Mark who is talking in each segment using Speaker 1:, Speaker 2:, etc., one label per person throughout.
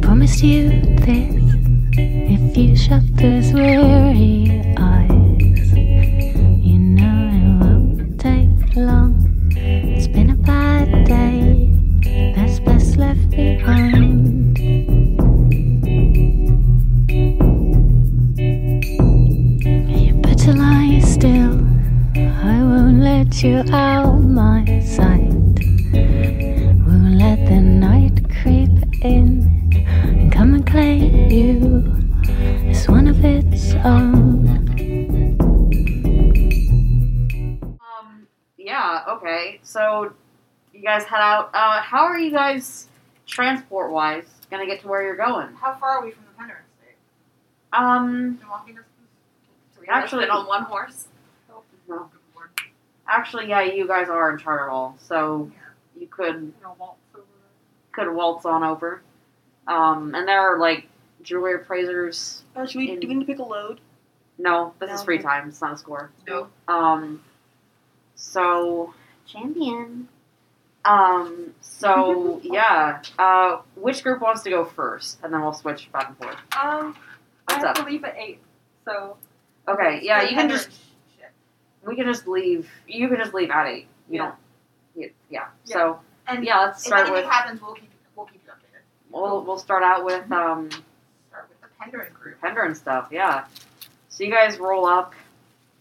Speaker 1: promised you this if you shut those weary eyes. You know it won't take long. It's been a bad day. There's best left behind. You better lie still. I won't let you out my sight. Won't let the night creep in and come and claim you as one of its own.
Speaker 2: Um, yeah, okay. So you guys head out. Uh, how are you guys transport wise gonna get to where you're going?
Speaker 3: How far are we from the Pendergast State?
Speaker 2: Um
Speaker 3: Been walking distance?
Speaker 4: Three of us
Speaker 2: Actually-
Speaker 4: fit on one horse.
Speaker 2: no.
Speaker 3: Good lord.
Speaker 2: actually yeah, you guys are in Charter Hall, so
Speaker 3: Yeah.
Speaker 2: you could
Speaker 3: You know, waltz over there.
Speaker 2: could waltz on over. Um and there are like jewelry appraisers.
Speaker 5: Oh, should we, do we need to pick a load?
Speaker 2: No, this is
Speaker 5: No.
Speaker 2: free time, it's not a score.
Speaker 3: No.
Speaker 2: Um so champion. Um so yeah. Uh which group wants to go first? And then we'll switch back and forth.
Speaker 3: Um, I
Speaker 2: What's
Speaker 3: have
Speaker 2: up?
Speaker 3: to leave at 8, so.
Speaker 2: Okay, yeah,
Speaker 3: Go
Speaker 2: you can
Speaker 3: Pendergast.
Speaker 2: just we can just leave. You can just leave at eight. You
Speaker 3: Yeah.
Speaker 2: don't. Yeah, yeah.
Speaker 3: Yeah.
Speaker 2: So
Speaker 3: And
Speaker 2: yeah, let's
Speaker 3: if
Speaker 2: start
Speaker 3: anything
Speaker 2: with.
Speaker 3: happens, we'll keep, we'll keep you updated.
Speaker 2: We'll we'll start out with um
Speaker 3: Start with the Penderin group.
Speaker 2: Pender and stuff. Yeah. So you guys roll up,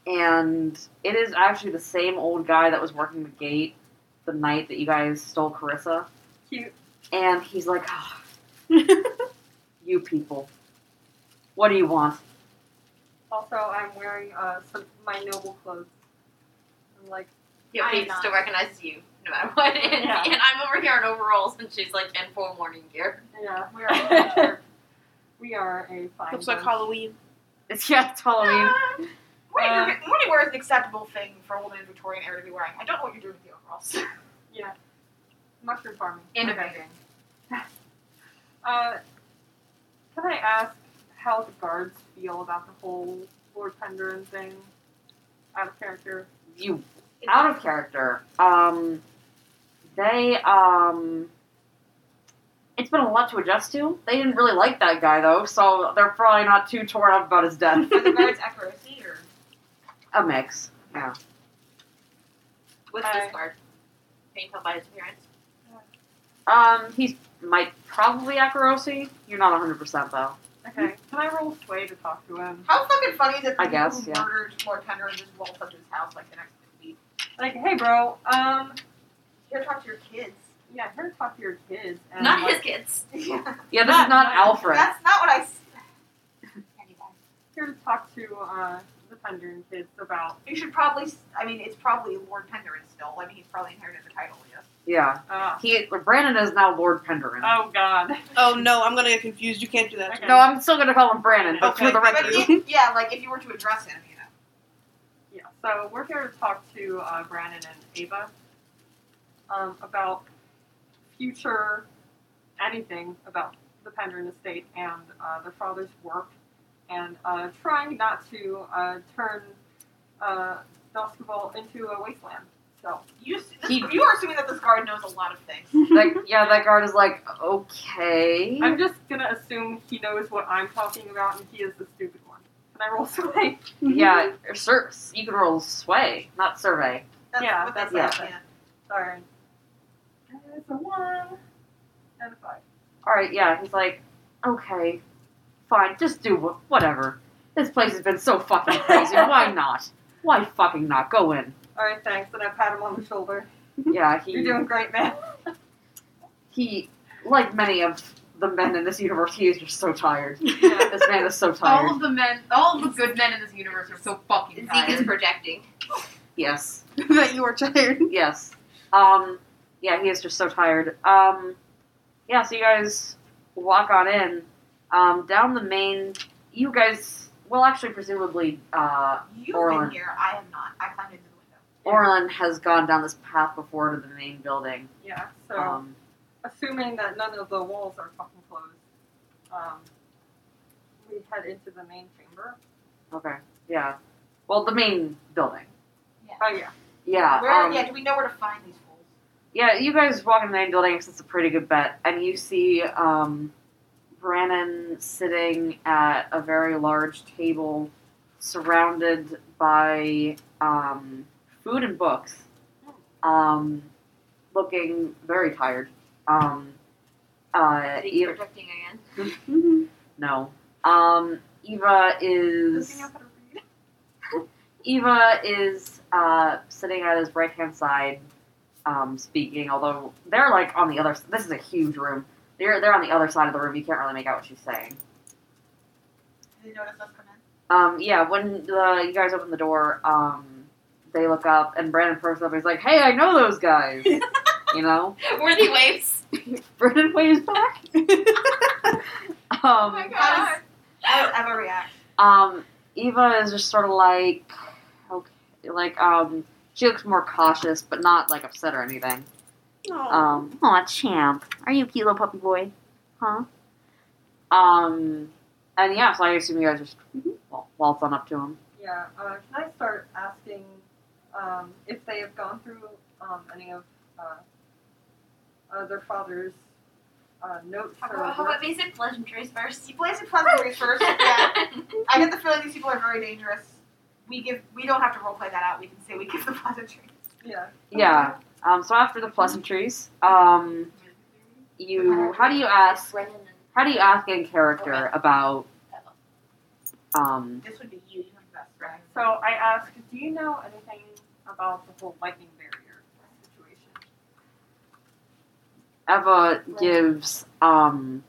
Speaker 2: and it is actually the same old guy that was working the gate the night that you guys stole Carissa,
Speaker 3: Cute.
Speaker 2: and he's like, "Ah, "You people, what do you want?"
Speaker 3: Also, I'm wearing uh, some, my noble clothes. I'm like,
Speaker 4: Yeah,
Speaker 3: I
Speaker 4: we
Speaker 3: am not.
Speaker 4: still recognize you no matter what. And,
Speaker 3: Yeah.
Speaker 4: and I'm over here in overalls, and she's like in full morning gear.
Speaker 3: yeah, we are, we are a fine.
Speaker 5: Looks like
Speaker 3: bunch.
Speaker 5: Halloween.
Speaker 2: It's yeah, it's Halloween.
Speaker 3: Uh,
Speaker 6: Morning, morning wear is an acceptable thing for a woman in Victorian era to be wearing. I don't know what you're doing with the overalls.
Speaker 3: Yeah. Mushroom farming.
Speaker 4: Innovating.
Speaker 3: Uh, can I ask how the guards feel about the whole Lord Penderin thing? Out of character.
Speaker 2: you out of character. Um, they um, it's been a lot to adjust to. They didn't really like that guy though, so they're probably not too torn up about his death.
Speaker 6: Are the guards accuracy or
Speaker 2: a mix. Yeah.
Speaker 4: What's
Speaker 3: Hi.
Speaker 4: this card? Can you tell by his appearance?
Speaker 2: Um, he's might probably accuracy. You're not 100 percent though.
Speaker 5: Mm-hmm.
Speaker 3: Okay. Can I roll sway to talk to him?
Speaker 6: how fucking funny is it that
Speaker 2: I
Speaker 6: the people
Speaker 2: guess,
Speaker 6: who
Speaker 2: yeah.
Speaker 6: murdered Lord Tender and just waltzed up to his house like the next week?
Speaker 3: Like, hey, bro. Um,
Speaker 6: Here talk to your kids.
Speaker 3: yeah, I'm here to talk to your kids. And
Speaker 4: Not
Speaker 3: like,
Speaker 4: his kids.
Speaker 2: Yeah, this is not Alfred.
Speaker 6: That's not what I. s- Anyway.
Speaker 3: Here to talk to uh the Penderin kids about.
Speaker 6: You should probably. s- I mean, it's probably Lord Penderin still. I mean, he's probably inherited the title, yes.
Speaker 2: Yeah.
Speaker 3: Uh,
Speaker 2: He Brandon is now Lord Penderin.
Speaker 3: oh God.
Speaker 5: Oh no, I'm gonna get confused. You can't do that. to me.
Speaker 2: no, I'm still gonna call him Brandon, but for
Speaker 5: Okay.
Speaker 2: the
Speaker 6: But
Speaker 2: record,
Speaker 7: Mm-hmm.
Speaker 6: if- yeah, like if you were to address him, you know.
Speaker 3: Yeah, so we're here to talk to uh, Brandon and Ava um, about future anything about the Pendrin estate and uh, their father's work, and uh, trying not to uh, turn uh, Duskable into a wasteland. So
Speaker 6: You s- this,
Speaker 2: He-
Speaker 6: you are assuming that this guard knows a lot of things.
Speaker 2: like yeah, that guard is like okay.
Speaker 3: I'm just gonna assume he knows what I'm talking about, and he is the stupid one. Can I roll sway?
Speaker 2: Yeah, or sur- you can roll sway, not survey.
Speaker 6: That's
Speaker 3: Yeah,
Speaker 6: what that's
Speaker 3: that's-
Speaker 6: like,
Speaker 3: yeah. Sorry. It's a one and a five.
Speaker 2: All right, yeah. He's like, okay, fine, just do wh- whatever. This place has been so fucking crazy. Why not? Why fucking not? Go in.
Speaker 3: All right, thanks, and I pat him on the shoulder.
Speaker 2: Yeah, he
Speaker 3: You're doing great, man.
Speaker 2: he like many of the men in this universe, he is just so tired.
Speaker 3: Yeah.
Speaker 2: This man is so tired.
Speaker 5: Oh.
Speaker 7: All of the men, all of the good men in this universe are so fucking
Speaker 4: Zeke
Speaker 7: tired.
Speaker 4: is projecting.
Speaker 2: Yes,
Speaker 5: that you are tired.
Speaker 2: yes. Um, yeah, he is just so tired. Um, yeah. So you guys walk on in, um, down the main. You guys, well, actually, presumably, uh.
Speaker 6: You've
Speaker 2: Orlin.
Speaker 6: been here. I have not. I climbed into the window.
Speaker 2: Orlin has gone down this path before to the main building.
Speaker 3: Yeah, so
Speaker 2: Um,
Speaker 3: assuming that none of the walls are fucking closed, um, we head into the main chamber.
Speaker 2: okay, yeah. Well, the main building.
Speaker 3: Oh, yeah.
Speaker 2: Yeah.
Speaker 6: Where?
Speaker 2: um,
Speaker 6: yeah. Do we know where to find these fools?
Speaker 2: yeah, You guys walk in the main building. 'cause It's a pretty good bet, and you see um, Brannon sitting at a very large table surrounded by um, food and books, um, looking very tired. Um, uh,
Speaker 4: He's
Speaker 2: Eva-
Speaker 4: projecting again.
Speaker 3: Mm-hmm.
Speaker 2: no. Um, Eva is.
Speaker 3: Looking up at a read.
Speaker 2: Eva is uh, sitting at his right hand side, um, speaking. Although they're like on the other. This is a huge room. They're they're on the other side of the room. You can't really make out what she's saying.
Speaker 6: They notice us come in.
Speaker 2: Um, yeah, when uh, you guys open the door, um, they look up and Brandon perks up. He's like, "Hey, I know those guys." you know,
Speaker 4: Worthy waves.
Speaker 2: Brandon waves back. um,
Speaker 7: Oh my God.
Speaker 6: How does, how does Eva react?
Speaker 2: um, Eva is just sort of like, okay, like um, she looks more cautious, but not like upset or anything. Um, aw, champ. Are you a cute little puppy boy? Huh? Um, and yeah, so I assume you guys mm-hmm. just wal- waltz on up to him.
Speaker 3: Yeah. Uh, can I start asking um, if they have gone through um, any of uh, uh, their father's uh, notes
Speaker 6: How
Speaker 3: or
Speaker 6: about-
Speaker 4: How
Speaker 3: work-
Speaker 4: about basic pleasantries first?
Speaker 6: He plays in pleasantries first. Yeah. I get the feeling these people are very dangerous. We give. We don't have to roleplay that out. We can say we give the pleasantry.
Speaker 3: Yeah.
Speaker 2: Yeah. Um, so after the pleasantries, um, you how do you ask
Speaker 4: Brennan and
Speaker 2: how do you ask in character about um
Speaker 6: This would be you. You have the best friend.
Speaker 3: So I asked, do you know anything about the whole lightning barrier situation?
Speaker 2: Eva gives um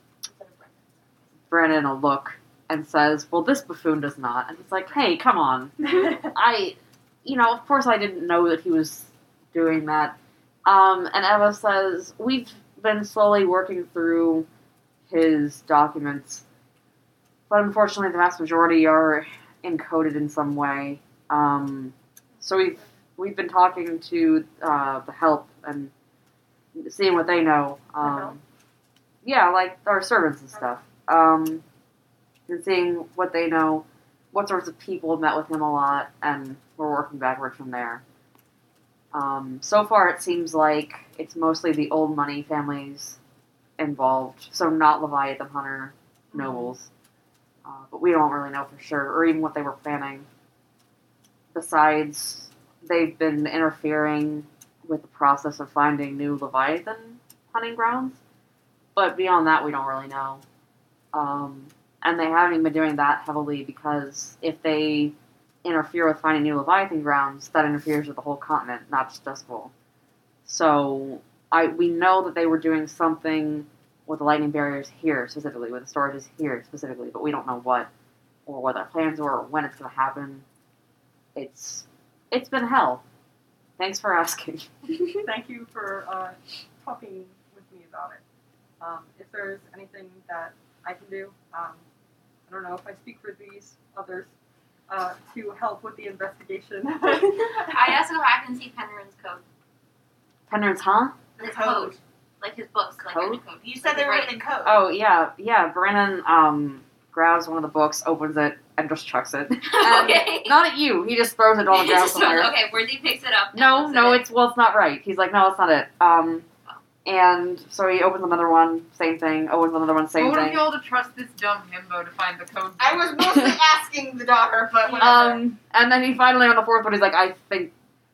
Speaker 2: Brennan a look and says, "Well, this buffoon does not." And it's like, "Hey, come on." I, you know, of course I didn't know that he was doing that. Um, and Eva says, We've been slowly working through his documents, but unfortunately the vast majority are encoded in some way. Um, so we've, we've been talking to uh, the help and seeing what they know.
Speaker 3: help?
Speaker 2: Um, yeah, like our servants and stuff. Um, and seeing what they know what sorts of people met with him a lot, and we're working backward from there. Um, so far, it seems like it's mostly the old money families involved, so not Leviathan Hunter nobles. Uh, but we don't really know for sure, or even what they were planning. Besides, they've been interfering with the process of finding new Leviathan hunting grounds. But beyond that, we don't really know. Um, and they haven't even been doing that heavily because if they interfere with finding new Leviathan grounds, that interferes with the whole continent, not just Duskfall. So I we know that they were doing something with the lightning barriers here specifically, with the storages here specifically, but we don't know what or what their plans were or when it's gonna happen. It's it's been hell. Thanks for asking.
Speaker 3: Thank you for uh, talking with me about it. Um, if there's anything that I can do, um, I don't know if I speak for these others uh, to help with the investigation.
Speaker 4: I also I can see Penryn's code.
Speaker 2: Pendants, huh?
Speaker 4: The
Speaker 6: Code.
Speaker 4: code. Like his books, like
Speaker 2: Code?
Speaker 4: in the code.
Speaker 6: You said
Speaker 4: like
Speaker 6: they
Speaker 4: his
Speaker 6: were
Speaker 4: writing.
Speaker 6: in code.
Speaker 2: Oh yeah, yeah. Brennan um grabs one of the books, opens it, and just chucks it. And-
Speaker 4: okay.
Speaker 2: Not at you. He just throws it on the ground
Speaker 4: Just one-
Speaker 2: somewhere.
Speaker 4: okay, Worthy picks it up.
Speaker 2: No,
Speaker 4: and looks
Speaker 2: no,
Speaker 4: at it.
Speaker 2: it's well, it's not right. He's like, no, it's not it. Um, and so he opens another one, same thing. Opens another one, same
Speaker 7: would
Speaker 2: thing.
Speaker 7: be able to trust this dumb himbo to find the code?
Speaker 6: I was mostly asking the daughter, but whatever.
Speaker 2: Um, and then he finally on the fourth one, he's like, I think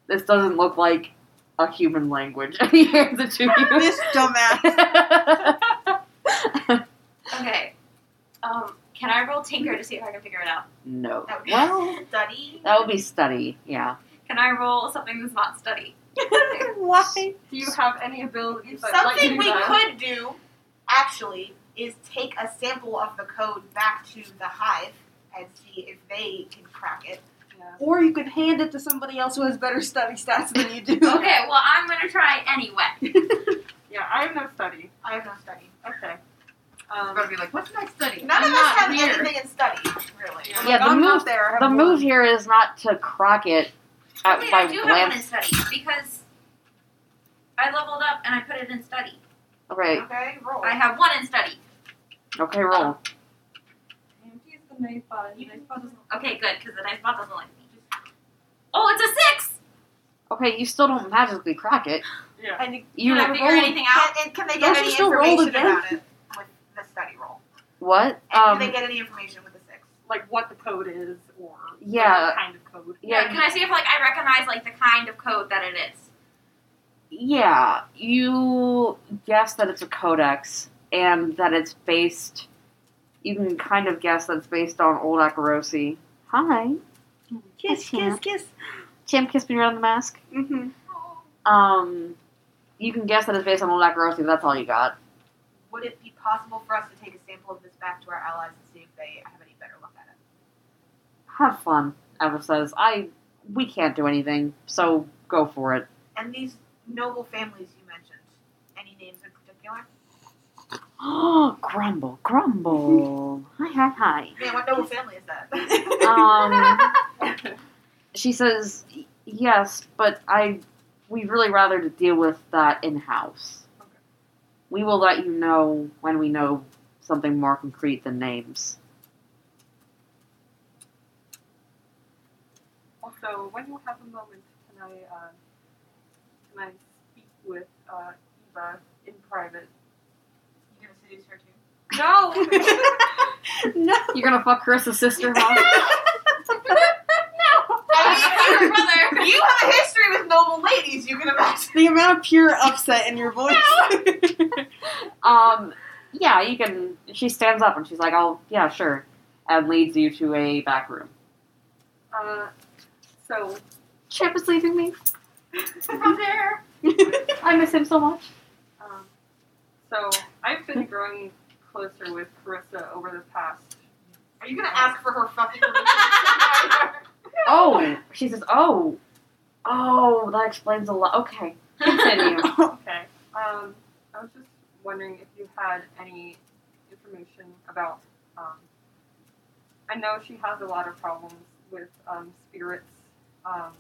Speaker 2: this doesn't look like a human language. And he hands it to you.
Speaker 5: this dumbass.
Speaker 4: Okay. Um, can I roll Tinker to see if I can figure it out?
Speaker 2: no.
Speaker 6: That would be
Speaker 2: Well,
Speaker 6: study.
Speaker 2: that would be study. Yeah.
Speaker 4: Can I roll something that's not study?
Speaker 5: Why?
Speaker 3: do you have any abilities that let you
Speaker 6: Something
Speaker 3: do
Speaker 6: we
Speaker 3: that?
Speaker 6: could do, actually, is take a sample of the code back to the hive and see if they can crack it.
Speaker 3: Yeah.
Speaker 5: Or you could hand it to somebody else who has better study stats than you do.
Speaker 4: Okay, well, I'm gonna try anyway.
Speaker 3: yeah, I have no study.
Speaker 6: I have no study.
Speaker 3: Okay.
Speaker 7: I'm gonna
Speaker 3: Um,
Speaker 7: be like, what did I study?
Speaker 6: None
Speaker 7: I'm
Speaker 6: of us
Speaker 7: not
Speaker 6: have
Speaker 7: here.
Speaker 6: anything in study, really.
Speaker 3: Yeah.
Speaker 2: Yeah, the
Speaker 5: I'm
Speaker 2: move-
Speaker 5: up there. I have
Speaker 2: The
Speaker 5: one.
Speaker 2: move here is not to crock it at,
Speaker 4: Wait,
Speaker 2: by
Speaker 4: I do have one in
Speaker 2: glance.
Speaker 4: study because I leveled up and I put it in study.
Speaker 2: Okay.
Speaker 6: Okay, roll.
Speaker 4: I have one in study.
Speaker 2: Okay. Roll.
Speaker 3: use the knife button. The knife button is-
Speaker 4: Okay, good, because the dice bot doesn't like me. Oh, it's a six.
Speaker 2: Okay. You still don't magically crack it.
Speaker 3: Yeah.
Speaker 6: And you-
Speaker 2: You
Speaker 4: Can I figure anything out?
Speaker 6: Can, and can they
Speaker 5: Those
Speaker 6: get
Speaker 5: are
Speaker 6: any
Speaker 5: still rolled
Speaker 6: information
Speaker 5: again.
Speaker 6: about it with the study roll?
Speaker 2: what?
Speaker 6: And
Speaker 2: Um,
Speaker 6: do they get any information with the six?
Speaker 3: like what the code is or
Speaker 2: Yeah.
Speaker 3: what kind of code.
Speaker 2: Yeah,
Speaker 4: Can I see if like I recognize like the kind of code that it is?
Speaker 2: Yeah, you guess that it's a codex and that it's based. You can kind of guess that it's based on old Akarosi. Hi,
Speaker 5: Kiss,
Speaker 2: Yeah.
Speaker 5: kiss, kiss.
Speaker 2: Champ, kiss me around the mask.
Speaker 5: Mm-hmm.
Speaker 2: Um, you can guess that it's based on old Akarosi. but That's all you got.
Speaker 6: Would it be possible for us to take a sample of this back to our allies and see if they have any better luck at it?
Speaker 2: Have fun, Eva says. I we can't do anything, so go for it.
Speaker 6: And these noble families you mentioned, any names in particular?
Speaker 2: Oh, grumble, grumble. hi, hi, hi.
Speaker 6: Man, what noble family is that?
Speaker 2: Um, she says, "Yes, but I, we really rather to deal with that in house.
Speaker 3: Okay.
Speaker 2: We will let you know when we know something more concrete than names.
Speaker 3: Also, when you have a moment, can I uh, can I speak with uh, Eva in private?
Speaker 6: you gonna seduce her too?
Speaker 3: No.
Speaker 2: You're gonna fuck Chris's sister, huh?
Speaker 6: I mean,
Speaker 4: brother.
Speaker 6: you have a history with noble ladies, you can imagine.
Speaker 5: The amount of pure upset in your voice.
Speaker 2: um, yeah, you can." She stands up and she's like, "Oh, yeah, sure," and leads you to a back room.
Speaker 3: uh, so
Speaker 2: Chip is leaving me.
Speaker 4: From there.
Speaker 2: I miss him so much.
Speaker 3: um, so I've been growing closer with Carissa over the past.
Speaker 6: Are you gonna ask for her fucking permission?
Speaker 2: Oh, she says, "Oh, oh, that explains a lot." Okay, continue.
Speaker 3: Okay. Um, I was just wondering if you had any information about. Um, I know she has a lot of problems with um, spirits um,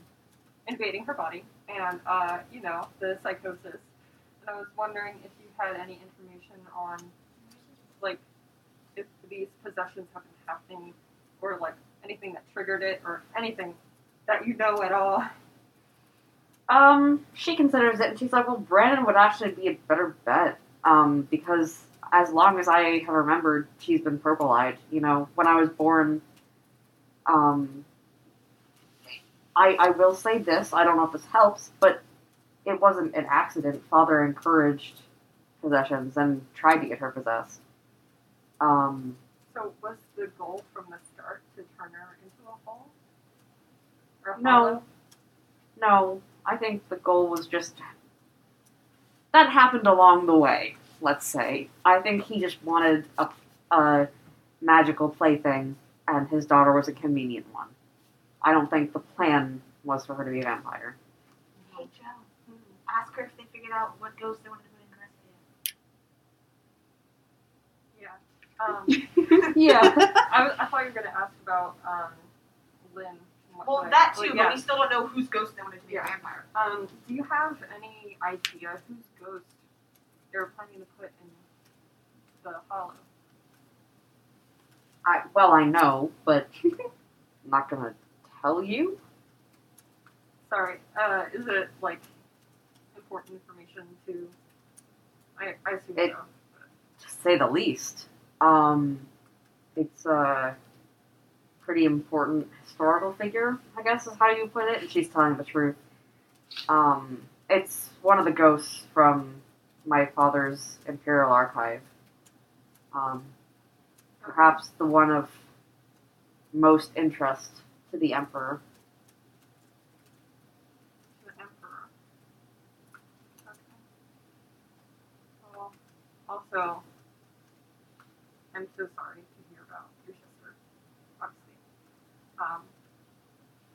Speaker 3: invading her body, and uh, you know the psychosis. And I was wondering if you had any information on, like, if these possessions have been happening, or like anything that triggered it, or anything that you know at all.
Speaker 2: Um, she considers it, and she's like, "Well, Brandon would actually be a better bet, um, because as long as I have remembered, she's been purple-eyed. You know, when I was born, um, I I will say this. I don't know if this helps, but it wasn't an accident. Father encouraged possessions and tried to get her possessed. Um,
Speaker 3: So was the goal from the start to turn her into a hole? Or a
Speaker 2: No. No, I think the goal was just that happened along the way. Let's say I think he just wanted a, a magical plaything, and his daughter was a convenient one. I don't think the plan was for her to be a vampire.
Speaker 6: Hey Joe,
Speaker 3: Hmm,
Speaker 6: ask her if they figured out what ghost they wanted to put in Carissa.
Speaker 3: Yeah. Um,
Speaker 2: Yeah,
Speaker 3: I, was- I thought you were going to ask about um, Lynn. and what-
Speaker 6: Well,
Speaker 3: what-
Speaker 6: that
Speaker 3: like,
Speaker 6: too, but
Speaker 3: yeah.
Speaker 6: we still don't know whose ghost they wanted to be
Speaker 3: Yeah.
Speaker 6: a vampire.
Speaker 3: Um, do you have any idea whose ghost they were planning to put in the hollow?
Speaker 2: I, well, I know, but I'm not gonna tell you.
Speaker 3: Sorry, uh, is it like important information to? I, I assume
Speaker 2: It-
Speaker 3: so.
Speaker 2: to say the least. Um, it's a pretty important historical figure, I guess is how you put it. And she's telling the truth. Um, it's one of the ghosts from my father's imperial archive. Um, perhaps the one of most interest to the emperor.
Speaker 3: to the emperor. Okay. Well, also, I'm so sorry to hear about your sister, obviously. Um, Um,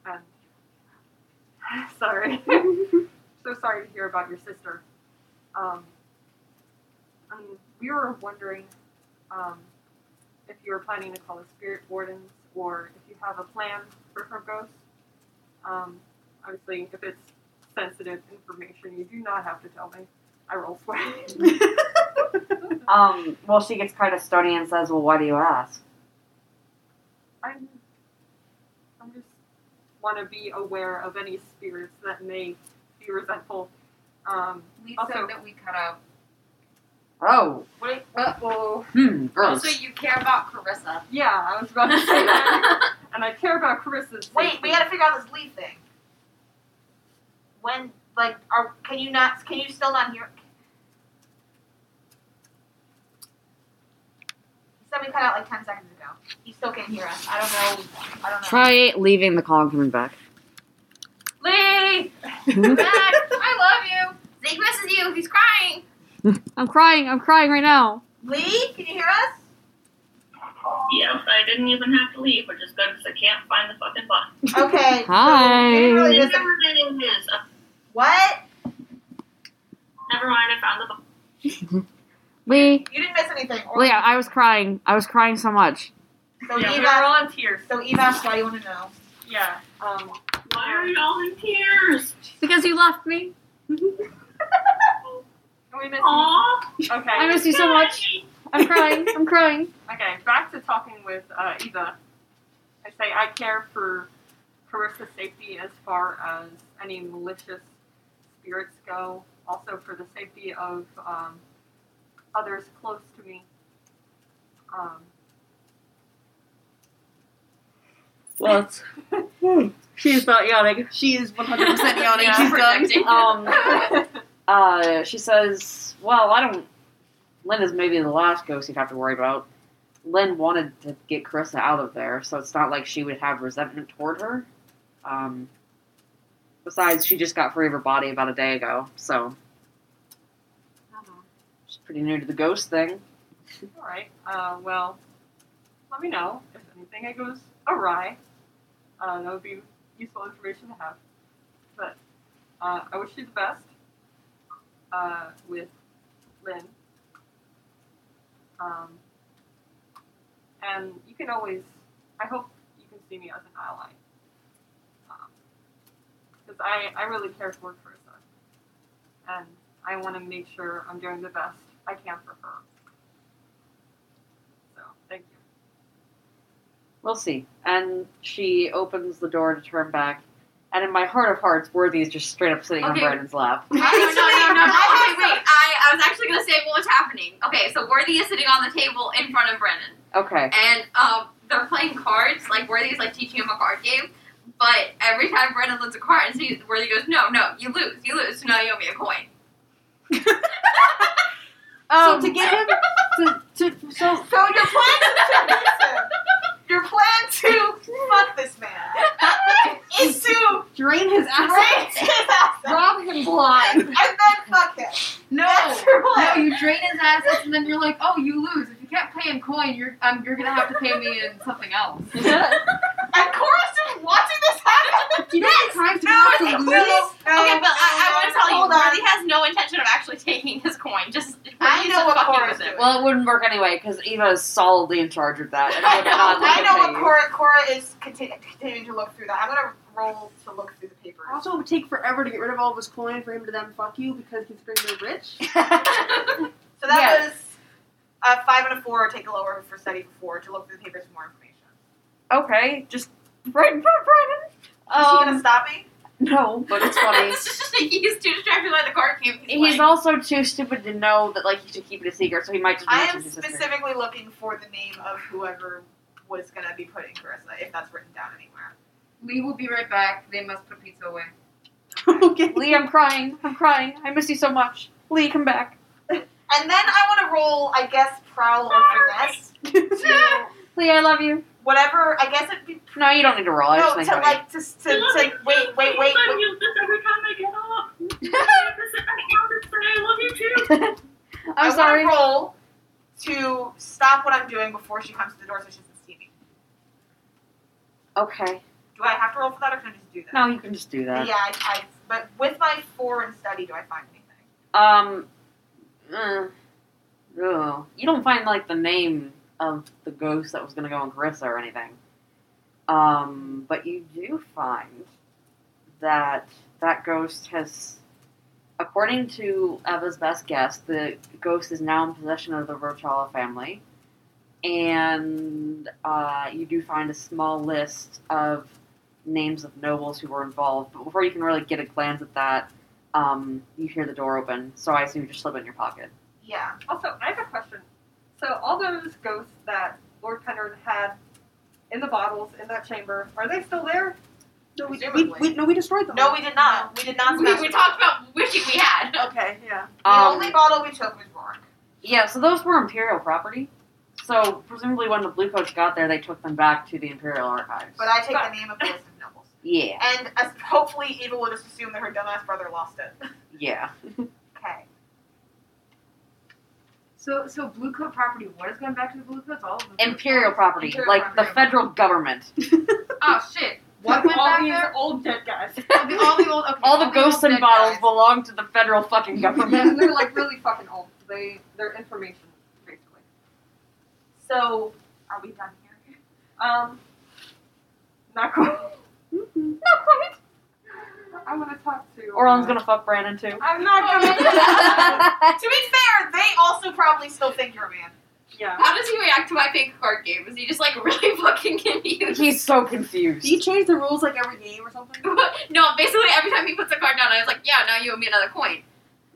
Speaker 3: and sorry, so sorry to hear about your sister. Um, and we were wondering um, if you were planning to call the spirit wardens or if you have a plan for her ghost. Um, obviously, if it's sensitive information, you do not have to tell me. I roll sweat.
Speaker 2: Um, well, she gets kind of stony and says, "Well, why do you ask?"
Speaker 3: I'm, I'm just want to be aware of any spirits that may be resentful. Um,
Speaker 7: We
Speaker 3: Also-
Speaker 7: said that we cut out.
Speaker 2: Oh,
Speaker 3: wait, uh, well,
Speaker 2: Hmm, gross.
Speaker 4: Also, you care about Carissa.
Speaker 3: Yeah, I was about to say that. and I care about Carissa's.
Speaker 6: Wait,
Speaker 3: safety.
Speaker 6: we gotta figure out this leave thing. When, like, are can you not? Can you still not hear? Somebody cut out like ten seconds ago. You still can't hear us. I don't know. I don't know.
Speaker 8: Try leaving the call and coming back.
Speaker 4: Lee! Max, I love you! Zeke misses you, he's crying!
Speaker 8: I'm crying. I'm crying right now.
Speaker 6: Lee, can you hear us?
Speaker 9: Yeah, but I didn't even have to leave, which is good because I can't find the fucking button.
Speaker 6: Okay.
Speaker 8: Hi.
Speaker 6: Really doesn't-
Speaker 9: Never mind, it is. Uh,
Speaker 6: What?
Speaker 9: Never mind, I found the button.
Speaker 8: Lee.
Speaker 6: You didn't miss anything. Or-
Speaker 8: Lee, Oh, I I was crying. I was crying so much.
Speaker 6: So
Speaker 7: Yeah,
Speaker 6: Eve
Speaker 7: we're
Speaker 6: asked-
Speaker 7: all in tears.
Speaker 6: So Eve asked why you want to know.
Speaker 3: Yeah. Um,
Speaker 9: Why are y'all in tears?
Speaker 8: Because you left me.
Speaker 3: can we miss
Speaker 9: Aw.
Speaker 3: you? Okay.
Speaker 8: I miss you so much. I'm crying. I'm crying.
Speaker 3: Okay, back to talking with uh, Eva. I say I care for Carissa's safety as far as any malicious spirits go. Also for the safety of um, others close to me. Um,
Speaker 1: Well, she's not yawning. She is 100% yawning.
Speaker 4: Yeah.
Speaker 1: She's done.
Speaker 2: um, uh, she says, "Well, I don't. Lynn is maybe the last ghost you'd have to worry about. Lynn wanted to get Carissa out of there, so it's not like she would have resentment toward her. Um, besides, she just got free of her body about a day ago, so she's pretty new to the ghost thing.
Speaker 3: all right. Uh, well, let me know if anything goes awry. Uh, that would be useful information to have. But uh, I wish you the best uh, with Lynn. Um, and you can always, I hope you can see me as an ally. Because I, I really care for Carissa. And I want to make sure I'm doing the best I can for her. So, thank you.
Speaker 2: We'll see." And she opens the door to turn back. And in my heart of hearts, Worthy is just straight up sitting on
Speaker 4: Okay.
Speaker 2: Brandon's lap.
Speaker 4: No, no, no, no, no.
Speaker 6: I
Speaker 4: Okay, wait. I, I was actually going to say what's happening. Okay, so Worthy is sitting on the table in front of Brennan.
Speaker 2: Okay.
Speaker 4: And um, they're playing cards. Like, Worthy is, like, teaching him a card game. But every time Brennan lends a card, and he, Worthy goes, no, no, you lose, you lose. So now you owe me a coin.
Speaker 5: Um,
Speaker 6: so to get him,
Speaker 5: to, to, so
Speaker 6: so your plan to listen, your plan to fuck this man is to
Speaker 5: drain his
Speaker 6: rape
Speaker 5: assets.
Speaker 6: his ass
Speaker 5: Rob him blind.
Speaker 6: and then fuck him.
Speaker 7: No.
Speaker 6: That's your
Speaker 7: No,
Speaker 6: plan.
Speaker 7: you drain his assets, and then you're like, "Oh, you lose. If you can't pay in coin, you're um, you're gonna have to pay me in something else."
Speaker 6: And Cora's just watching this happen.
Speaker 5: Do you know how many times
Speaker 4: Yes.
Speaker 5: you have to
Speaker 4: No,
Speaker 5: lose?
Speaker 4: okay, but I, I want to tell you,
Speaker 6: Hold on.
Speaker 4: Worthy has no intention of actually taking his coin. Just
Speaker 6: I
Speaker 4: he's
Speaker 6: know
Speaker 4: just
Speaker 6: what
Speaker 4: fucking
Speaker 6: Cora's
Speaker 4: with it.
Speaker 6: doing.
Speaker 2: Well, it wouldn't work anyway because Eva is solidly in charge of that. And
Speaker 4: I
Speaker 2: would not let
Speaker 6: I know
Speaker 2: it
Speaker 6: what
Speaker 2: be.
Speaker 6: Cora. Cora is conti- continuing to look through that. I'm gonna roll to look through the papers.
Speaker 2: Oh.
Speaker 5: Also, it would take forever to get rid of all of his coin for him to then fuck you because considering you're rich.
Speaker 6: So that
Speaker 5: Yes.
Speaker 6: was a five and a four. Take a lower for study four to look through the papers for more information.
Speaker 2: Okay, just right in front of Brandon.
Speaker 6: Is he gonna
Speaker 2: Um,
Speaker 6: stop me?
Speaker 7: Oh,
Speaker 2: no, but it's funny.
Speaker 4: It's just- he's too distracted by the card game.
Speaker 2: He's
Speaker 4: playing.
Speaker 2: also too stupid to know that like he should keep it a secret, so he might just.
Speaker 6: I
Speaker 2: mention
Speaker 6: am
Speaker 2: his sister.
Speaker 6: specifically looking for the name of whoever was gonna be putting Carissa, if that's written down anywhere.
Speaker 7: Lee will be right back. They must put pizza away.
Speaker 5: okay.
Speaker 8: Lee, I'm crying. I'm crying. I miss you so much. Lee, come back.
Speaker 6: And then I want to roll, I guess, prowl or finesse. to
Speaker 8: Lee, I love you.
Speaker 6: whatever. I guess it'd be
Speaker 2: No, you don't need to roll. Oh, I
Speaker 6: no
Speaker 2: just
Speaker 6: to
Speaker 2: think about it.
Speaker 6: like to to,
Speaker 9: You look
Speaker 6: to
Speaker 9: like
Speaker 6: wait wait wait.
Speaker 9: I
Speaker 6: wait.
Speaker 9: use this every time I get up. I have to sit back down and say I love you too.
Speaker 8: I'm
Speaker 6: I
Speaker 8: sorry.
Speaker 6: want to roll to stop what I'm doing before she comes to the door so she doesn't see me.
Speaker 2: Okay,
Speaker 6: Do I have to roll for that, or can I just do that?
Speaker 2: no, you can just do that.
Speaker 6: Yeah, I, I, but with my four and study, do I find anything?
Speaker 2: Um, uh, ugh. you don't find like the name of the ghost that was gonna go on Carissa or anything. Um, but you do find that that ghost has, according to Eva's best guess, the ghost is now in possession of the Virchala family, and uh, you do find a small list of names of nobles who were involved. But before you can really get a glance at that, um, you hear the door open, so I assume you just slip it in your pocket.
Speaker 6: Yeah.
Speaker 3: Also, I have a question. So all those ghosts that Lord Penrod had in the bottles in that chamber, are they still there?
Speaker 5: No, we, we,
Speaker 3: Presumably.
Speaker 5: we, no, we destroyed them.
Speaker 6: No, we did not. We did not
Speaker 4: We,
Speaker 6: smash
Speaker 4: we
Speaker 6: the
Speaker 4: talked about wishing we had.
Speaker 5: Okay, yeah.
Speaker 6: bottle.
Speaker 2: Um,
Speaker 6: the only bottle we took was Rourke.
Speaker 2: Yeah, so those were Imperial property. So presumably, when the Blue Coats got there, they took them back to the Imperial archives.
Speaker 6: But I take the name of the list of nobles.
Speaker 2: yeah,
Speaker 6: And as, hopefully, Eva will just assume that her dumbass brother lost it.
Speaker 2: yeah.
Speaker 6: Okay.
Speaker 7: So, so blue coat property. What is going back to the blue coats? All of them.
Speaker 2: Imperial property,
Speaker 6: Imperial
Speaker 2: like the
Speaker 6: property.
Speaker 2: federal government.
Speaker 7: Oh shit! What went
Speaker 3: all
Speaker 7: back
Speaker 3: these
Speaker 7: there?
Speaker 3: old dead guys.
Speaker 7: All the, all the old. Okay,
Speaker 2: All the
Speaker 7: old
Speaker 2: ghosts and
Speaker 7: dead
Speaker 2: bottles
Speaker 7: guys.
Speaker 2: belong to the federal fucking
Speaker 3: Yeah, and
Speaker 2: government.
Speaker 3: they're like really fucking old. They they're information basically.
Speaker 6: So, are we done here?
Speaker 3: Um, not quite.
Speaker 5: Mm-hmm.
Speaker 3: Not quite. I want to talk to.
Speaker 2: Orlan's
Speaker 3: uh,
Speaker 2: gonna fuck Brandon too.
Speaker 6: I'm not gonna.
Speaker 2: I
Speaker 6: to be fair, they also probably still think you're a man.
Speaker 3: Yeah.
Speaker 4: How does he react to my fake card game? Is he just like really fucking confused?
Speaker 2: He's so
Speaker 5: Do you
Speaker 2: confused.
Speaker 5: change the rules like every game or something?
Speaker 4: no, basically every time he puts a card down, I was like, yeah, now you owe me another coin.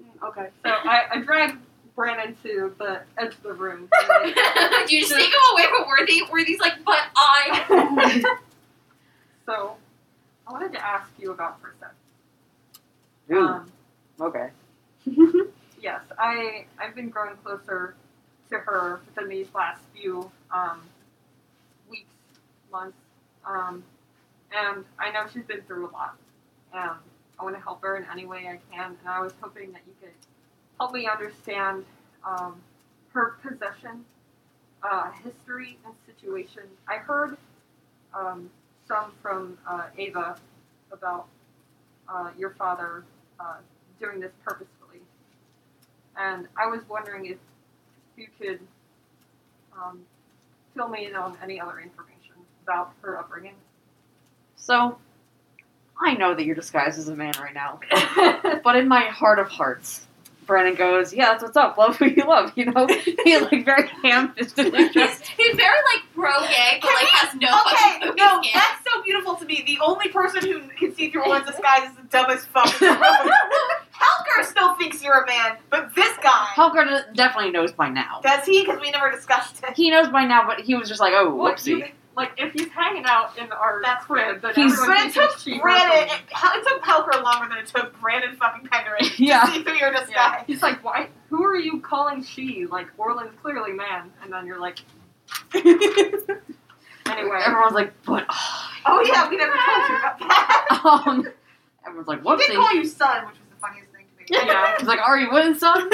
Speaker 5: Mm, Okay.
Speaker 3: So I, I drag Brandon to the edge of the room.
Speaker 4: you just take him away from Worthy. Worthy's like, but I.
Speaker 3: so I wanted to ask you about perception.
Speaker 2: Ooh,
Speaker 3: Um,
Speaker 2: okay.
Speaker 3: yes, I I've been growing closer to her within these last few um, weeks, months, um, and I know she's been through a lot. Um, I want to help her in any way I can, and I was hoping that you could help me understand um, her possession, uh, history, and situation. I heard um, some from uh, Ava about uh, your father uh, doing this purposefully. And I was wondering if you could um, fill me in on any other information about her upbringing.
Speaker 2: So, I know that you're disguised as a man right now, but in my heart of hearts, Brandon goes, "Yeah, that's what's up. Love who you love." You know, he's like very ham-fistedly dressed.
Speaker 4: He's, he's very like pro gay, but
Speaker 6: Can
Speaker 4: like
Speaker 6: we-
Speaker 4: has no
Speaker 6: okay,
Speaker 4: fucking
Speaker 6: no,
Speaker 4: focus.
Speaker 6: that's so beautiful to me. The only person who can see through one's disguise is the dumbest fuck. in the room. Helger still thinks you're a man, but this guy
Speaker 2: Helga definitely knows by now.
Speaker 6: does he? Because we never discussed it.
Speaker 2: He knows by now, but he was just like, "Oh,
Speaker 3: Like, you-
Speaker 2: whoopsie."
Speaker 3: like, if he's hanging out in our
Speaker 6: That's
Speaker 3: crib, then
Speaker 2: He's-
Speaker 3: everyone
Speaker 6: But it
Speaker 3: thinks he's
Speaker 6: took
Speaker 3: cheating.
Speaker 6: Brandon. It, it took Helger longer than it took Brandon fucking Penderin to
Speaker 2: Yeah.
Speaker 6: see through your disguise.
Speaker 3: Yeah. He's like, why? Who are you calling she? Like, Orland's clearly man. And then you're like, anyway.
Speaker 2: Everyone's like, "But oh,
Speaker 6: Oh yeah, we never told you about that.
Speaker 2: um, everyone's like,
Speaker 6: We did
Speaker 2: "Whoopsie."
Speaker 6: call you son, which was the funniest thing to me.
Speaker 3: Yeah.
Speaker 2: He's like, "Are you winning son?"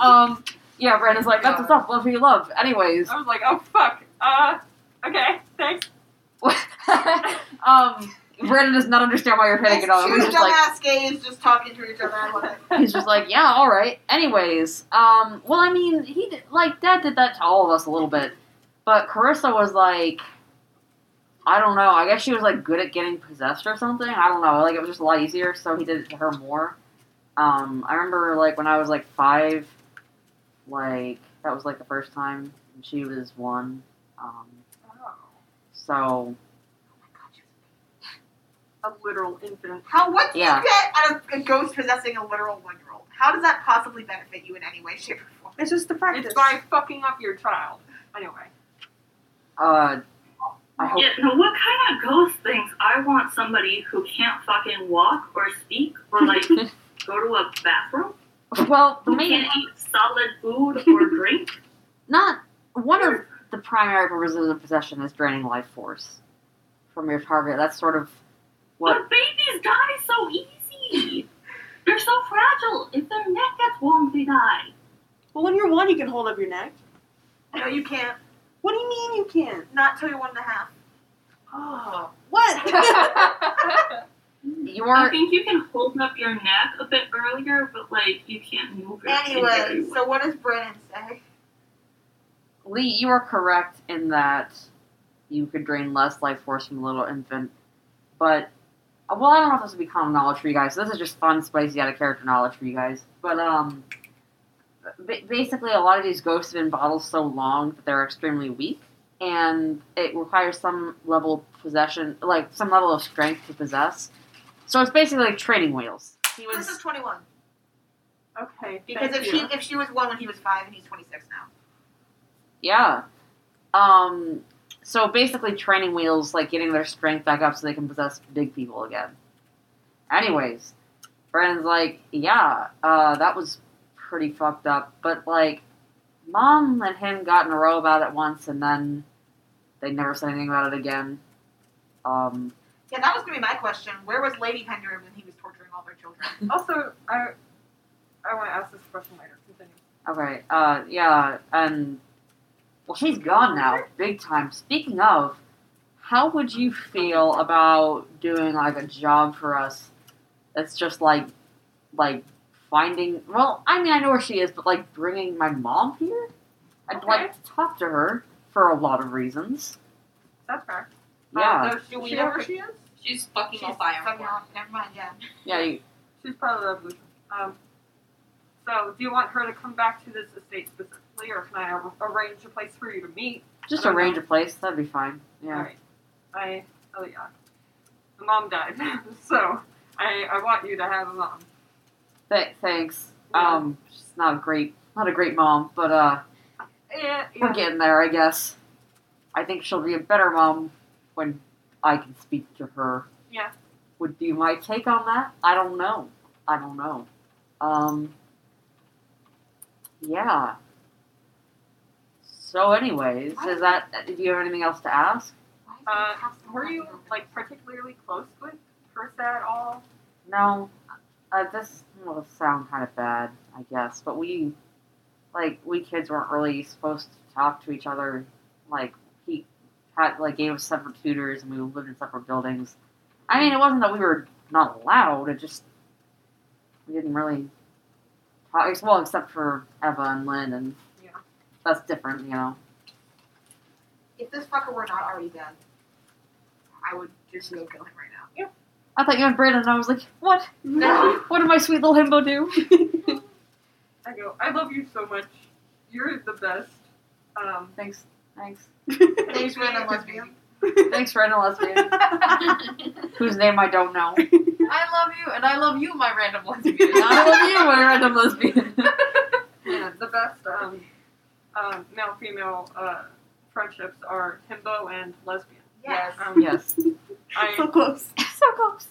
Speaker 2: um, yeah, Brandon's like, "That's what's up. Love who you love." Anyways,
Speaker 3: I was like, oh, fuck. Uh, okay, thanks.
Speaker 2: um, Brandon does not understand why you're hitting
Speaker 6: It's
Speaker 2: it all. He's
Speaker 6: two
Speaker 2: just like,
Speaker 6: dumbass gays just talking to each other. I love it.
Speaker 2: he's just like, yeah, all right. Anyways, um, well, I mean, he did, like Dad did that to all of us a little bit, but Carissa was like, I don't know. I guess she was like good at getting possessed or something. I don't know. Like it was just a lot easier, so he did it to her more. Um, I remember like when I was like five, like that was like the first time, and she was one. Um,
Speaker 6: Oh.
Speaker 2: so
Speaker 3: A literal infant.
Speaker 6: How? What do
Speaker 2: Yeah.
Speaker 6: you get out of a ghost possessing a literal one-year-old? How does that possibly benefit you in any way, shape, or form?
Speaker 5: It's just the practice.
Speaker 3: It's by fucking up your child. Anyway.
Speaker 2: uh, I hope.
Speaker 9: Yeah, now what kind of ghost thinks I want somebody who can't fucking walk or speak or like go to a bathroom?
Speaker 2: Well, the
Speaker 9: Who
Speaker 2: main
Speaker 9: can't eat solid food or drink?
Speaker 2: not one of the primary purposes of possession is draining life force from your target. That's sort of what.
Speaker 9: But babies die so easy. They're so fragile. If their neck gets warm, they die.
Speaker 5: well, when you're one, you can hold up your neck.
Speaker 6: No, you can't.
Speaker 5: What do you mean you can't?
Speaker 6: Not till you're one and a half.
Speaker 5: Oh. What?
Speaker 2: You
Speaker 9: I
Speaker 2: are
Speaker 9: think you can hold up your neck a bit earlier, but like you can't move your
Speaker 6: Anyway,
Speaker 9: finger.
Speaker 6: so what does Brennan say?
Speaker 2: Lee. You are correct in that you could drain less life force from a little infant, but uh, well, I don't know if this would be common knowledge for you guys. So this is just fun, spicy out of character knowledge for you guys. But um, ba- basically, a lot of these ghosts have been bottled so long that they're extremely weak, and it requires some level of possession, like some level of strength to possess. So it's basically like training wheels. He
Speaker 6: This is
Speaker 2: was
Speaker 6: 21.
Speaker 3: Okay.
Speaker 6: Because
Speaker 3: thank
Speaker 6: if
Speaker 3: you.
Speaker 6: she if she was one when he was five and he's 26 now.
Speaker 2: Yeah. Um. So basically, training wheels, like getting their strength back up, so they can possess big people again. Anyways, Brandon's like, yeah, uh, that was pretty fucked up, but like, mom and him got in a row about it once, and then they never said anything about it again. Um.
Speaker 6: Yeah, that was going to be my question. Where was Lady Penderham when he was torturing all their children?
Speaker 3: Also, I I want to ask this question later. Continue.
Speaker 2: Okay. Uh. Yeah. And well, she's gone now, big time. Speaking of, how would you feel about doing like a job for us? That's just like, like finding. Well, I mean, I know where she is, but like bringing my mom here. I'd
Speaker 3: Okay.
Speaker 2: like to talk to her for a lot of reasons.
Speaker 3: That's fair.
Speaker 2: Yeah.
Speaker 3: Uh, does
Speaker 6: Do we
Speaker 3: she
Speaker 6: know
Speaker 3: know
Speaker 6: where
Speaker 3: where she is?
Speaker 4: She's fucking all
Speaker 6: She's
Speaker 4: fire.
Speaker 6: fucking off. Never mind. Yeah.
Speaker 2: yeah. You,
Speaker 3: She's part of the revolution. Um, so, do you want her to come back to this estate specifically, or can I ar- arrange a place for you to meet?
Speaker 2: just
Speaker 3: I don't
Speaker 2: arrange
Speaker 3: know.
Speaker 2: a place. That'd be fine.
Speaker 3: All
Speaker 2: Yeah.
Speaker 3: right. I, oh yeah. The mom died, so I, I want you to have a mom.
Speaker 2: Th- thanks.
Speaker 3: Yeah.
Speaker 2: Um. She's not a great, not a great mom, but uh.
Speaker 3: Yeah,
Speaker 2: We're getting there, I guess. I think she'll be a better mom when I can speak to her.
Speaker 3: Yeah.
Speaker 2: Would be my take on that. I don't know. I don't know. Um. Yeah. So, anyways, is that? Do you have anything else to ask?
Speaker 3: Uh, were you like particularly close with Carissa at all?
Speaker 2: No. Uh, this will sound kind of bad, I guess, but we, like, we kids weren't really supposed to talk to each other. Like, he had, like, gave us separate tutors and we lived in separate buildings. I mean, it wasn't that we were not allowed, it just, we didn't really talk. Well, except for Eva and Lynn, and
Speaker 3: Yeah.
Speaker 2: that's different, you know.
Speaker 6: If this fucker were not already dead, I would just go kill him right now.
Speaker 2: I thought you had Brandon, and I was like, what? What did my sweet little himbo do?
Speaker 3: I go, I love you so much. You're the best. Um,
Speaker 2: thanks, thanks.
Speaker 6: Thanks, random lesbian.
Speaker 2: Thanks, Brandon Lesbian. whose name I don't know.
Speaker 7: I love you, and I love you, my random lesbian.
Speaker 2: I love you, my random lesbian.
Speaker 3: yeah, the best um, um, male female uh, friendships are himbo and lesbian.
Speaker 6: Yes.
Speaker 3: Um,
Speaker 2: yes.
Speaker 3: I
Speaker 5: close.
Speaker 2: so close.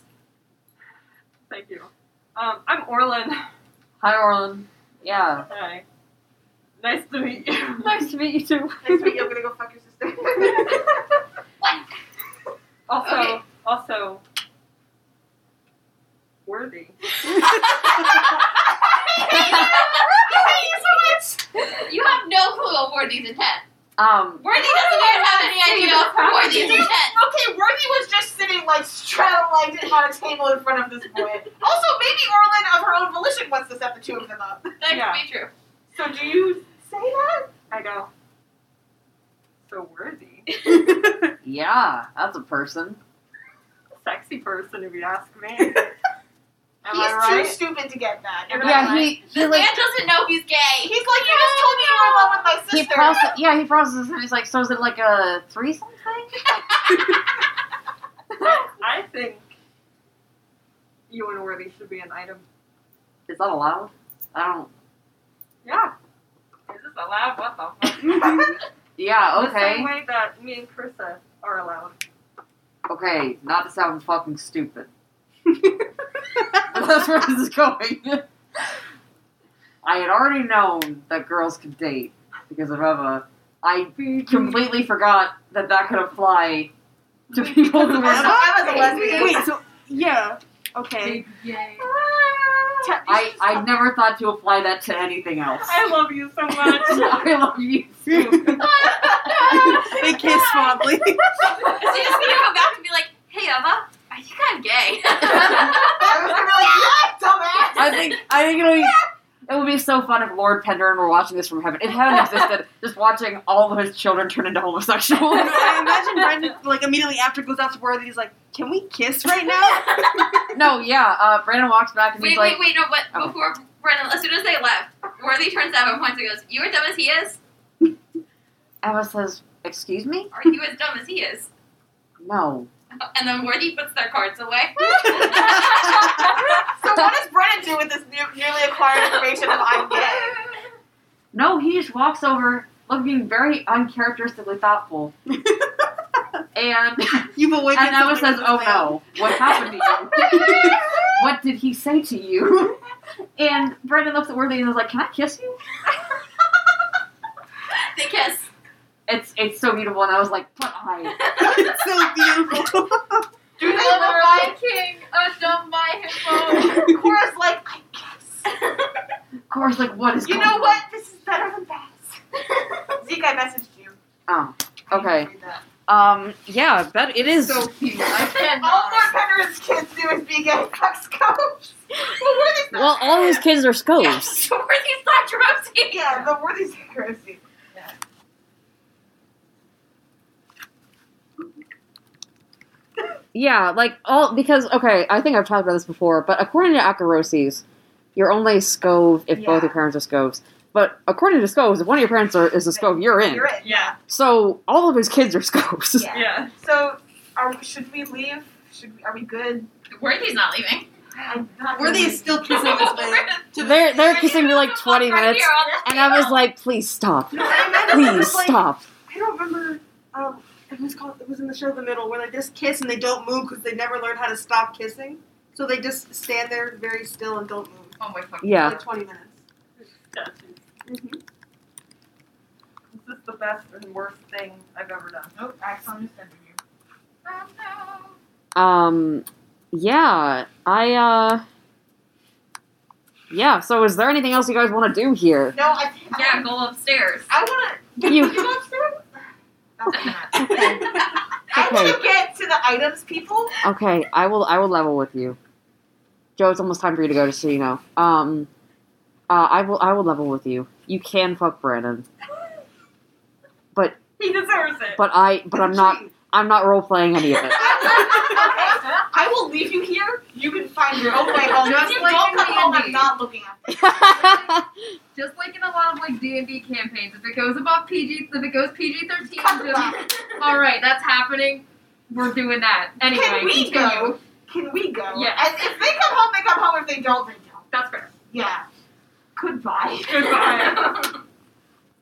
Speaker 3: thank you. Um, I'm Orlin.
Speaker 2: Hi, Orlin. Yeah.
Speaker 3: Hi. Nice to meet you.
Speaker 2: Nice to meet you too.
Speaker 6: Next week, I'm gonna go fuck your sister.
Speaker 3: Also,
Speaker 4: Okay.
Speaker 3: also worthy.
Speaker 4: You have no clue of Worthy's intent.
Speaker 2: um,
Speaker 4: Worthy doesn't even have any idea of Worthy's intent.
Speaker 6: okay, Worthy was just sitting like straddled like on a table in front of this boy. Also, maybe Orlin of her own volition wants to set the two of them up.
Speaker 4: That
Speaker 3: Yeah.
Speaker 4: could be true.
Speaker 3: So do you?
Speaker 6: Say that.
Speaker 3: I go. So worthy,
Speaker 2: yeah, that's a person.
Speaker 3: sexy person, if you ask me. Am I
Speaker 6: He's
Speaker 3: right?
Speaker 6: too stupid to get that. Am I
Speaker 2: Yeah,
Speaker 6: right?
Speaker 2: he, he
Speaker 4: This
Speaker 2: like,
Speaker 4: man doesn't know he's gay.
Speaker 6: He's like, you just told me you were in love with my sister.
Speaker 2: he process, yeah, he processes and he's like, so is it like a threesome thing?
Speaker 3: I think you and Worthy should be an item.
Speaker 2: Is that allowed? I don't.
Speaker 3: Yeah. Is this allowed? What the fuck?
Speaker 2: Yeah,
Speaker 3: The same
Speaker 2: okay.
Speaker 3: way that me and Krista are allowed.
Speaker 2: Okay, not to sound fucking stupid. That's where this is going. I had already known that girls could date because of Eva. I completely forgot that that could apply to people who
Speaker 6: Emma?
Speaker 2: were.
Speaker 6: Emma's a lesbian.
Speaker 5: Wait, so yeah, okay.
Speaker 7: Yay.
Speaker 2: I, I never thought to apply that to anything else.
Speaker 3: I love you so much.
Speaker 2: I love you too.
Speaker 5: they kiss fondly.
Speaker 4: So he's just gonna go back and be like, "Hey, Emma, I think I'm gay."
Speaker 6: I was gonna be like, "Yeah, dumbass."
Speaker 2: I think I think it'll be it would be so fun if Lord Penderin were watching this from heaven. If heaven existed, just watching all of his children turn into homosexuals.
Speaker 5: I imagine Brendan like immediately after goes out to Worthy, he's like, "Can we kiss right now?"
Speaker 2: No, yeah. Uh, Brandon walks back and
Speaker 4: wait,
Speaker 2: he's like,
Speaker 4: wait, wait, no, but
Speaker 2: Oh.
Speaker 4: before Brennan, as soon as they left, Worthy turns to Emma and points and goes, "You are dumb as he is.
Speaker 2: Emma says, "Excuse me?
Speaker 4: Are you as dumb as he is?"
Speaker 2: No."
Speaker 4: And then Worthy puts their cards away.
Speaker 6: so what does Brennan do with this new, newly acquired information of I'm gay?
Speaker 2: No, he just walks over was being very uncharacteristically thoughtful. and
Speaker 5: You've awakened.
Speaker 2: and Noah says,
Speaker 5: something
Speaker 2: "Oh
Speaker 5: in this man."
Speaker 2: no, what happened to you? what did he say to you?" And Brandon looks at Worthy and is like, "Can I kiss you?"
Speaker 4: They kiss.
Speaker 2: It's it's so beautiful, and I was like, "Put eyes."
Speaker 5: it's so beautiful.
Speaker 7: Do the Lion King undone my hippo?
Speaker 6: Cora's like, I guess.
Speaker 2: Cora's like, "What is?"
Speaker 6: You
Speaker 2: going
Speaker 6: know
Speaker 2: on?"
Speaker 6: what? This is better than best. Zeke, I messaged you.
Speaker 2: Oh,
Speaker 6: I didn't
Speaker 2: okay.
Speaker 6: read that.
Speaker 2: Um, yeah, but it is.
Speaker 7: so cute. I
Speaker 6: All
Speaker 7: cannot.
Speaker 6: North Penrith's kids do is be gay sex coach. Well, Worthy's not.
Speaker 1: Well, all his kids are scopes.
Speaker 4: Yes, were these not Jerome's?
Speaker 6: Yeah, the Worthy's heresy.
Speaker 2: Yeah, like all because okay, I think I've talked about this before, but according to Akaroses, you're only a scove if both
Speaker 6: Yeah.
Speaker 2: your parents are scoves. But according to scoves, if one of your parents are, is a scove, you're in.
Speaker 6: You're in.
Speaker 3: Yeah.
Speaker 2: So all of his kids are scoves.
Speaker 6: Yeah.
Speaker 3: Yeah.
Speaker 6: So, are, should we leave? Should we, are we good?
Speaker 4: Worthy's not leaving.
Speaker 6: I'm not
Speaker 5: Worthy is still kissing this man. To this
Speaker 2: They're they're
Speaker 4: Worthy's
Speaker 2: kissing for
Speaker 4: gonna
Speaker 2: like
Speaker 4: walk
Speaker 2: twenty
Speaker 4: right
Speaker 2: minutes,
Speaker 4: here on this
Speaker 2: and I was
Speaker 4: table.
Speaker 2: like, please stop,
Speaker 5: No, I meant it
Speaker 2: please
Speaker 5: was like-
Speaker 2: stop.
Speaker 5: I don't remember. Um, it was called. It was in the show The Middle, where they just kiss and they don't move because they never learned how to stop kissing. So they just stand there very still and don't move
Speaker 7: Oh my fucking.
Speaker 5: for
Speaker 2: Yeah,
Speaker 5: like 20 minutes.
Speaker 3: Statues. Is this the best and worst thing I've ever done?
Speaker 6: Nope, Axon just ended you.
Speaker 2: um, yeah, I uh, yeah. So is there anything else you guys want to do here?
Speaker 6: No, I think.
Speaker 4: Yeah, go upstairs.
Speaker 6: I want to.
Speaker 2: You
Speaker 6: go upstairs? That's not. I want
Speaker 2: okay?
Speaker 6: to get to the items, people.
Speaker 2: Okay, I will. I will level with you, Joe. It's almost time for you to go, just so you know. Um, uh, I will. I will level with you. You can fuck Brandon,
Speaker 3: He deserves it.
Speaker 2: but I. But I'm not. I'm not role playing any of it.
Speaker 6: I will leave you here. You can find your own way home.
Speaker 7: Just
Speaker 6: If you
Speaker 7: like
Speaker 6: don't
Speaker 7: in
Speaker 6: come home,
Speaker 7: D&D.
Speaker 6: I'm not looking at you.
Speaker 7: Just like in a lot of like D and D campaigns, if it goes above PG, if it goes PG thirteen,
Speaker 6: Cut the
Speaker 7: just all right, that's happening. We're doing that anyway.
Speaker 6: Can we
Speaker 7: continue.
Speaker 6: go? Can we go?
Speaker 7: Yes.
Speaker 6: And if they come home, they come home. If they don't, they don't.
Speaker 3: That's fair.
Speaker 6: Yeah. Goodbye.
Speaker 3: Goodbye.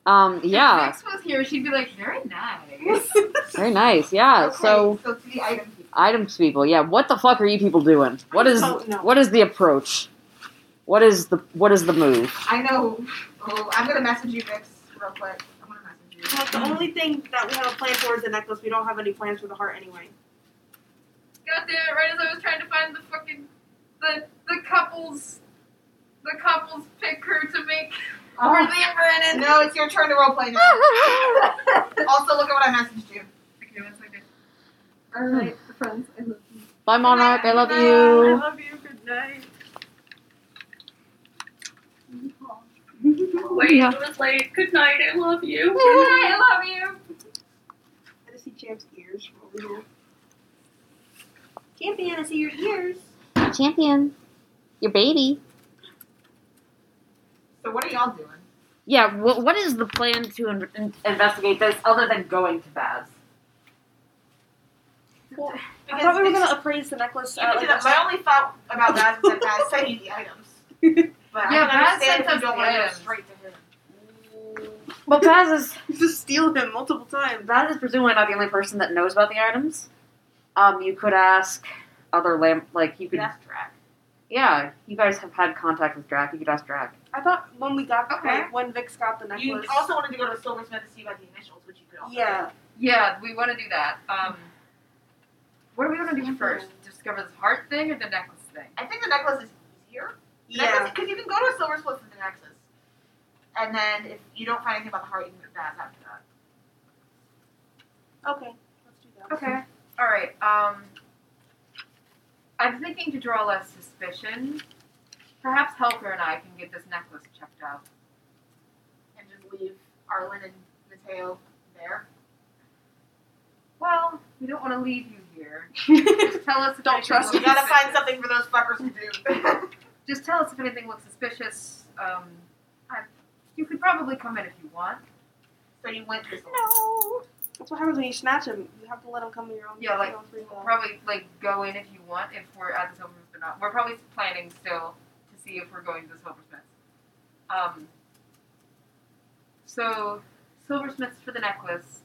Speaker 2: Um, yeah,
Speaker 7: If Max was here, she'd be like, very nice.
Speaker 2: very nice. Yeah.
Speaker 6: Okay,
Speaker 2: So
Speaker 6: so to the item people.
Speaker 2: items, people. Yeah. What the fuck are you people doing? What is?
Speaker 5: Oh, no.
Speaker 2: What is the approach? What is the? What is the move?
Speaker 6: I know. Oh, I'm gonna message you guys real quick. I'm gonna message you.
Speaker 5: Well, the only thing that we have a plan for is the necklace. We don't have any plans for the heart anyway.
Speaker 7: God damn it! Right as I was trying to find the fucking the the couples the couples picker to make Harley and Brandon.
Speaker 6: No, it's your turn to roleplay now. also, look at what I messaged you.
Speaker 7: Okay, one second.
Speaker 3: All right, friends. I love you.
Speaker 2: Bye, Monarch. I love
Speaker 3: I
Speaker 2: you.
Speaker 3: love you. Good night.
Speaker 9: Wait, it was late. Good night. I love you.
Speaker 7: I love you.
Speaker 5: I just see Champ's ears from over here. Champion, I see your ears.
Speaker 1: Champion, your baby.
Speaker 6: So what are y'all doing?
Speaker 2: Yeah. What, what is the plan to in- in- investigate this other than going to Baz?
Speaker 5: I thought we were
Speaker 6: it's-
Speaker 5: gonna appraise the necklace.
Speaker 6: You
Speaker 5: uh,
Speaker 6: can do
Speaker 5: like
Speaker 6: that.
Speaker 5: this.
Speaker 6: My only thought about that is that Baz sent you the items. But
Speaker 7: Yeah,
Speaker 6: I can
Speaker 7: Baz
Speaker 6: understand
Speaker 7: sent
Speaker 6: if you don't
Speaker 7: us the
Speaker 6: want to go
Speaker 7: items.
Speaker 6: straight to him.
Speaker 2: Well, Baz is
Speaker 5: just steal him multiple times.
Speaker 2: That is presumably not the only person that knows about the items. Um, you could ask other lamp, like you could.
Speaker 6: That's Drac.
Speaker 2: Yeah, you guys have had contact with Drac. You could ask Drac.
Speaker 5: I thought when we got
Speaker 7: Okay.
Speaker 5: like, when Vix got the necklace.
Speaker 6: You also wanted to go to the silversmith to see about the initials, which you could also
Speaker 5: yeah.
Speaker 7: Yeah, we want to do that. Um, what are we gonna do first? Discover this heart thing or the necklace thing?
Speaker 6: do. I think the necklace is easier.
Speaker 5: Yeah.
Speaker 6: Because you can go to a silversmith with the necklace. And then if you don't find anything about the heart, you can go to Baz after that.
Speaker 5: Okay. Let's do that.
Speaker 7: Okay. All right. Um, I'm thinking to draw less suspicion. Perhaps Helper and I can get this necklace checked out.
Speaker 6: And just leave Arlen and Mateo there.
Speaker 7: Well, we don't want to leave you here. Just tell us. If
Speaker 5: Don't
Speaker 7: anything
Speaker 5: trust
Speaker 6: You
Speaker 7: looks
Speaker 6: gotta find
Speaker 7: suspicious.
Speaker 6: something for those fuckers to do.
Speaker 7: Just tell us if anything looks suspicious. Um, I, you could probably come in if you want.
Speaker 6: so you went this
Speaker 5: No. That's what happens when you snatch him. You have to let him come in your own.
Speaker 7: Yeah, like,
Speaker 5: your own free will.
Speaker 7: Probably like go in if you want. If we're at the silversmith or not, we're probably planning still to see if we're going to the silversmith. Um. So,
Speaker 2: silversmiths for the necklace.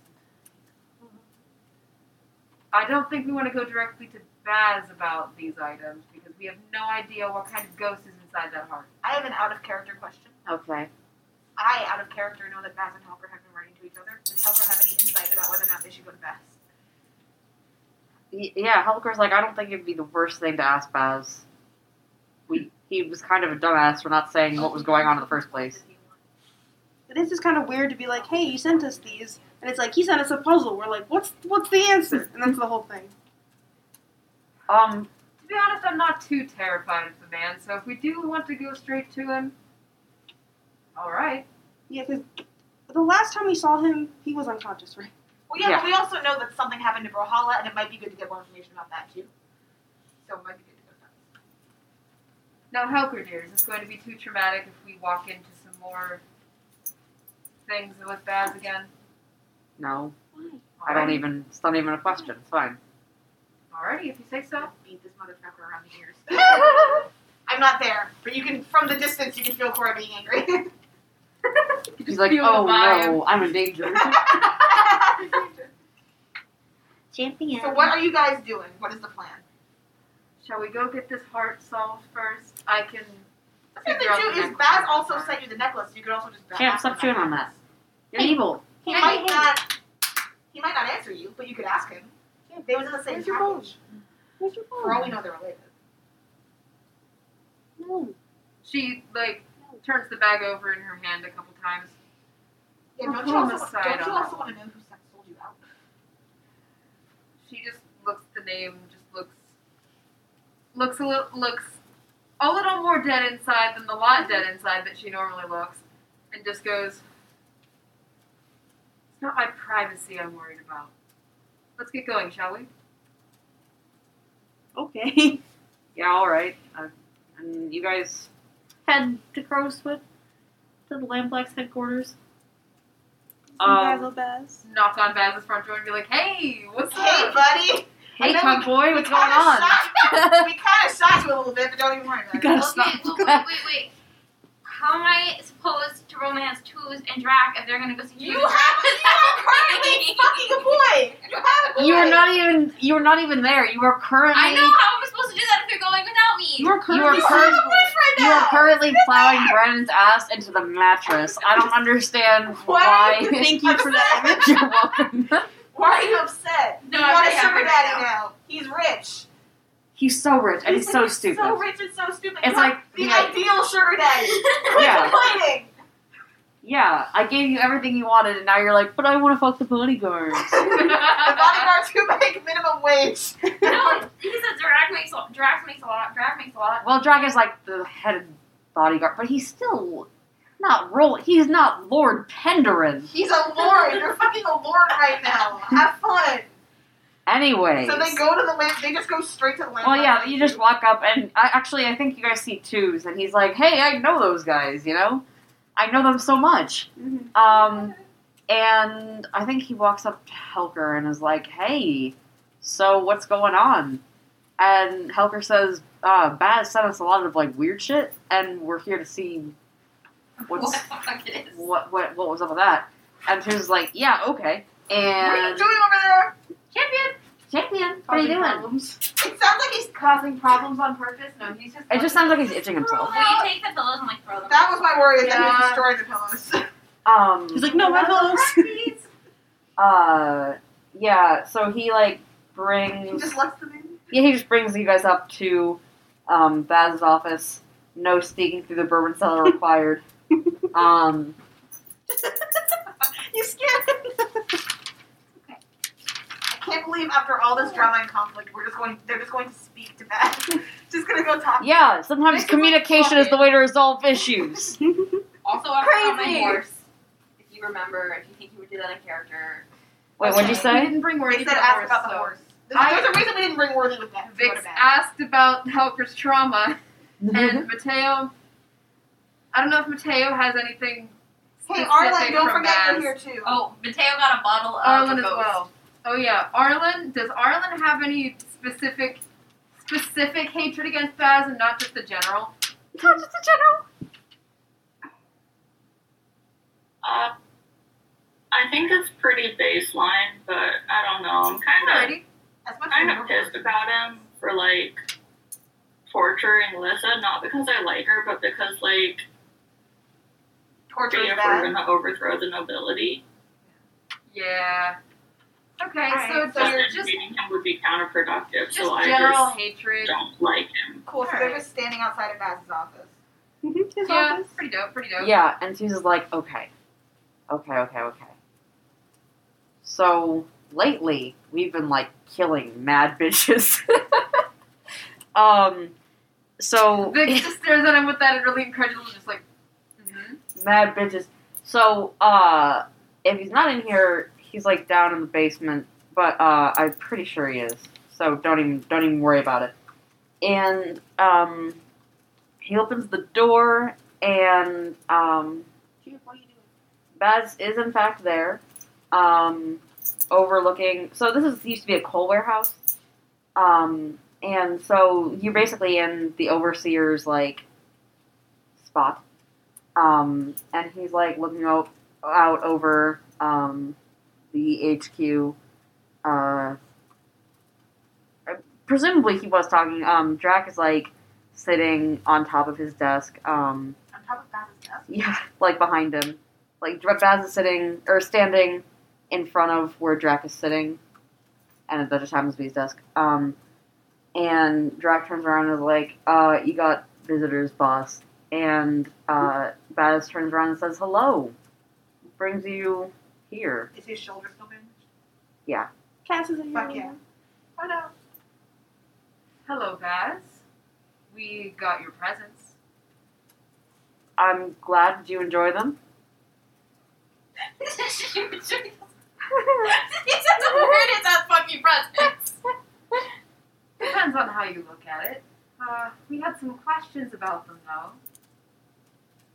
Speaker 2: I don't think we want to go directly to Baz about these items because we have no idea what kind of ghost is inside that heart.
Speaker 6: I have an out of character question.
Speaker 2: Okay.
Speaker 6: I, out of character, know that Baz and Helper have been writing to each other. Does Helper have any insight about whether or not they should go to Baz?
Speaker 2: Yeah, Helker's like, I don't think it'd be the worst thing to ask Baz. We, he was kind of a dumbass for not saying what was going on in the first place.
Speaker 5: It is just kind of weird to be like, hey, you sent us these, and it's like he sent us a puzzle. We're like, what's what's the answer? And that's the whole thing.
Speaker 2: Um, to be honest, I'm not too terrified of the man, so if we do want to go straight to him, alright.
Speaker 5: Yeah, because the last time we saw him, he was unconscious, right?
Speaker 6: Well, yeah,
Speaker 2: Yeah.
Speaker 6: but we also know that something happened to Brawlhalla, and it might be good to get more information about that too. So it might be good to go
Speaker 2: Now,
Speaker 6: to Baz.
Speaker 2: Helker, dear, is this going to be too traumatic if we walk into some more
Speaker 7: Things with Baz again.
Speaker 2: No. I don't even, it's not even a question. It's fine.
Speaker 7: Alrighty, if you say so.
Speaker 6: Just beat this motherfucker around the ears. I'm not there, but you can, from the distance, you can feel Cora being angry.
Speaker 2: He's like,
Speaker 7: feel the
Speaker 2: oh no, I'm in danger.
Speaker 1: Champion.
Speaker 6: so what are you guys doing? What is the plan?
Speaker 7: Shall we go get this heart solved first? I can.
Speaker 6: The thing
Speaker 7: figure out
Speaker 6: too
Speaker 7: the
Speaker 6: is
Speaker 7: necklace.
Speaker 6: Baz also sent you the necklace. You could also just
Speaker 2: Champ,
Speaker 6: ask
Speaker 2: stop
Speaker 6: him
Speaker 2: chewing
Speaker 6: about
Speaker 2: on that. You're evil.
Speaker 6: He
Speaker 4: Hey,
Speaker 6: might
Speaker 4: hey.
Speaker 6: not. uh, He might not answer you, but you could ask him. They was in the same
Speaker 5: Where's your
Speaker 6: package.
Speaker 5: What's your
Speaker 6: For all we know, they're related.
Speaker 5: No.
Speaker 7: She like turns the bag over in her hand a couple times.
Speaker 6: Yeah,
Speaker 7: We're
Speaker 6: don't you
Speaker 7: pulling
Speaker 6: also,
Speaker 7: the side
Speaker 6: don't you
Speaker 7: on
Speaker 6: also
Speaker 7: that
Speaker 6: want to know who sent sold you out?
Speaker 7: She just looks at the name, just looks, looks a little, looks a little more dead inside than the lot dead inside that she normally looks, and just goes. It's not my privacy I'm worried about. Let's get going, shall we?
Speaker 5: Okay.
Speaker 2: Yeah, alright. Uh, and you guys,
Speaker 8: Head to Crowswood, to the Lamblacks headquarters.
Speaker 5: Guys,
Speaker 2: um,
Speaker 5: little Baz.
Speaker 7: Knock on Baz's front door and be like, "Hey, what's
Speaker 6: Hey,
Speaker 7: up?
Speaker 6: buddy.
Speaker 2: hey,
Speaker 6: then
Speaker 2: cunt boy, what's
Speaker 6: we
Speaker 2: going
Speaker 6: kinda
Speaker 2: on?
Speaker 6: Shot, we kind of shot you a little bit, but don't even worry about it.
Speaker 8: gotta
Speaker 4: Okay, well, wait, wait, wait. How am I supposed to romance Tooz and Drac if they're gonna go see
Speaker 6: You
Speaker 4: Tooz
Speaker 6: have,
Speaker 4: and Drac
Speaker 6: you have currently fucking a boy. You have a boy.
Speaker 2: You are not even, you are not even there. You are currently,
Speaker 4: I know how am I supposed to do that if they're going without me.
Speaker 2: you are currently,
Speaker 6: You have a boyfriend
Speaker 2: you are
Speaker 6: now.
Speaker 2: currently plowing Brennan's ass into the mattress. I don't understand
Speaker 6: Why?
Speaker 2: why.
Speaker 5: Thank you for that.
Speaker 2: You're welcome.
Speaker 6: Why are you upset?
Speaker 4: No,
Speaker 6: you
Speaker 4: I'm
Speaker 6: want a
Speaker 4: really happy
Speaker 6: sugar
Speaker 4: right
Speaker 6: daddy now. He's rich.
Speaker 2: He's so rich and he's so
Speaker 6: like,
Speaker 2: stupid.
Speaker 6: So rich and so stupid.
Speaker 2: It's
Speaker 6: You have
Speaker 2: like-
Speaker 6: the
Speaker 2: yeah.
Speaker 6: ideal sugar daddy. Quit
Speaker 2: Yeah.
Speaker 6: complaining.
Speaker 2: Yeah, I gave you everything you wanted, and now you're like, but I want to fuck the bodyguards.
Speaker 6: The bodyguards who make minimum wage.
Speaker 4: no, he said Drac makes a, Drac makes a lot. Drac makes a lot.
Speaker 2: well, Dragon's like the head bodyguard, but he's still not roll. He's not Lord Penderin.
Speaker 6: He's a lord. You're fucking a lord right now. Have fun.
Speaker 2: Anyway.
Speaker 6: So they go to the land. They just go straight to the land.
Speaker 2: Well, yeah, you just walk up, and I, actually, I think you guys see twos, and he's like, "Hey, I know those guys. You know, I know them so much."
Speaker 6: Mm-hmm.
Speaker 5: Mhm.
Speaker 2: Um, and I think he walks up to Helker and is like, "Hey, so what's going on?" And Helker says, uh, "Baz sent us a lot of like weird shit, and we're here to see
Speaker 4: What
Speaker 2: what's
Speaker 4: the fuck it is?
Speaker 2: what what what was up with that." And Twos is like, "Yeah, okay."
Speaker 6: What are you
Speaker 2: And
Speaker 6: doing over there?
Speaker 4: Champion.
Speaker 2: champion, what are you doing?
Speaker 6: It sounds like he's causing problems on purpose.
Speaker 4: No, he's just.
Speaker 2: It just sounds like he's itching himself.
Speaker 4: Will you take the pillows and like throw them?
Speaker 6: That was my worry. Is that
Speaker 7: Yeah.
Speaker 6: he's destroying the pillows.
Speaker 2: Um,
Speaker 5: He's like, no, my pillows.
Speaker 2: uh yeah so he like
Speaker 6: he
Speaker 2: brings
Speaker 6: just lets them in.
Speaker 2: yeah he just brings you guys up to um baz's office no sneaking through the bourbon cellar required um
Speaker 5: you scared him.
Speaker 6: I can't believe after all this drama and conflict, we're just going. They're just going to speak to Beth. just gonna go talk.
Speaker 2: yeah sometimes communication is the way to resolve issues
Speaker 4: Also, I forgot my
Speaker 6: Crazy.
Speaker 4: horse. If you remember, if you think you would do that in character.
Speaker 2: wait what'd you
Speaker 7: We
Speaker 2: say
Speaker 7: didn't bring
Speaker 6: They
Speaker 7: words
Speaker 6: said
Speaker 7: to the
Speaker 6: ask about the
Speaker 7: so-
Speaker 6: horse. There's,
Speaker 7: I-
Speaker 6: there's a reason we didn't bring Worthy with that.
Speaker 7: Vix asked about Helper's trauma,
Speaker 6: Mm-hmm.
Speaker 7: and Mateo. I don't know if Mateo has anything.
Speaker 6: Hey,
Speaker 7: specific
Speaker 6: Arlen, don't
Speaker 7: from
Speaker 6: forget
Speaker 7: Baz.
Speaker 6: you're here too.
Speaker 4: Oh, Mateo got a bottle of
Speaker 9: Uh,
Speaker 7: Arlen as
Speaker 4: ghost.
Speaker 7: well. Oh yeah, Arlen. Does Arlen have any specific, specific hatred against Baz, and not just the general?
Speaker 2: not just in general
Speaker 9: Uh, Um, I think it's pretty baseline, but I don't know. I'm kind of
Speaker 4: Alrighty.
Speaker 6: As much
Speaker 9: kind
Speaker 6: as
Speaker 9: of pissed about him for like torturing Lissa, not because I like her, but because like
Speaker 6: torture
Speaker 9: they
Speaker 6: is
Speaker 9: were
Speaker 6: bad.
Speaker 9: gonna overthrow the nobility.
Speaker 7: Yeah.
Speaker 4: Okay,
Speaker 6: Alright,
Speaker 4: so it's
Speaker 9: So
Speaker 4: you're
Speaker 9: then
Speaker 4: just
Speaker 9: beating him would be counterproductive.
Speaker 4: just
Speaker 9: so I
Speaker 4: general
Speaker 9: just
Speaker 4: hatred.
Speaker 9: don't like him.
Speaker 6: Cool. So they're just standing outside of Baz's office.
Speaker 5: Mhm, His
Speaker 4: Yeah,
Speaker 5: office.
Speaker 4: pretty dope, pretty dope.
Speaker 2: Yeah, and Susan's like, okay, okay, okay, okay. So lately, we've been like killing mad bitches. um, so
Speaker 7: Vic just stares at him with that really incredulous, just like,
Speaker 4: Mhm.
Speaker 2: mad bitches. So uh, if he's not in here, he's like down in the basement. But uh, I'm pretty sure he is. So don't even don't even worry about it. And um, he opens the door, and um, Baz is in fact there, um, overlooking. So this is used to be a coal warehouse, um, and so you're basically in the overseer's like spot, um, and he's like looking out, out over um, the HQ. Uh, presumably, he was talking. Um, Drac is like sitting on top of his desk. Um,
Speaker 6: On top of Baz's desk.
Speaker 2: yeah, like behind him. Like Dra- Baz is sitting or standing in front of where Drac is sitting, and that just happens to be his desk. Um, and Drac turns around and is like, uh, "You got visitors, boss." And uh, Baz turns around and says, "Hello," brings you here.
Speaker 6: Is his shoulder still bandaged?
Speaker 5: Cass is in here.
Speaker 6: Fuck yeah. Oh no.
Speaker 7: hello, Vaz. We got your presents.
Speaker 2: I'm glad Did you enjoy them.
Speaker 4: he says the weirdest ass fucking presents.
Speaker 7: Depends on how you look at it. Uh, we had some questions about them, though,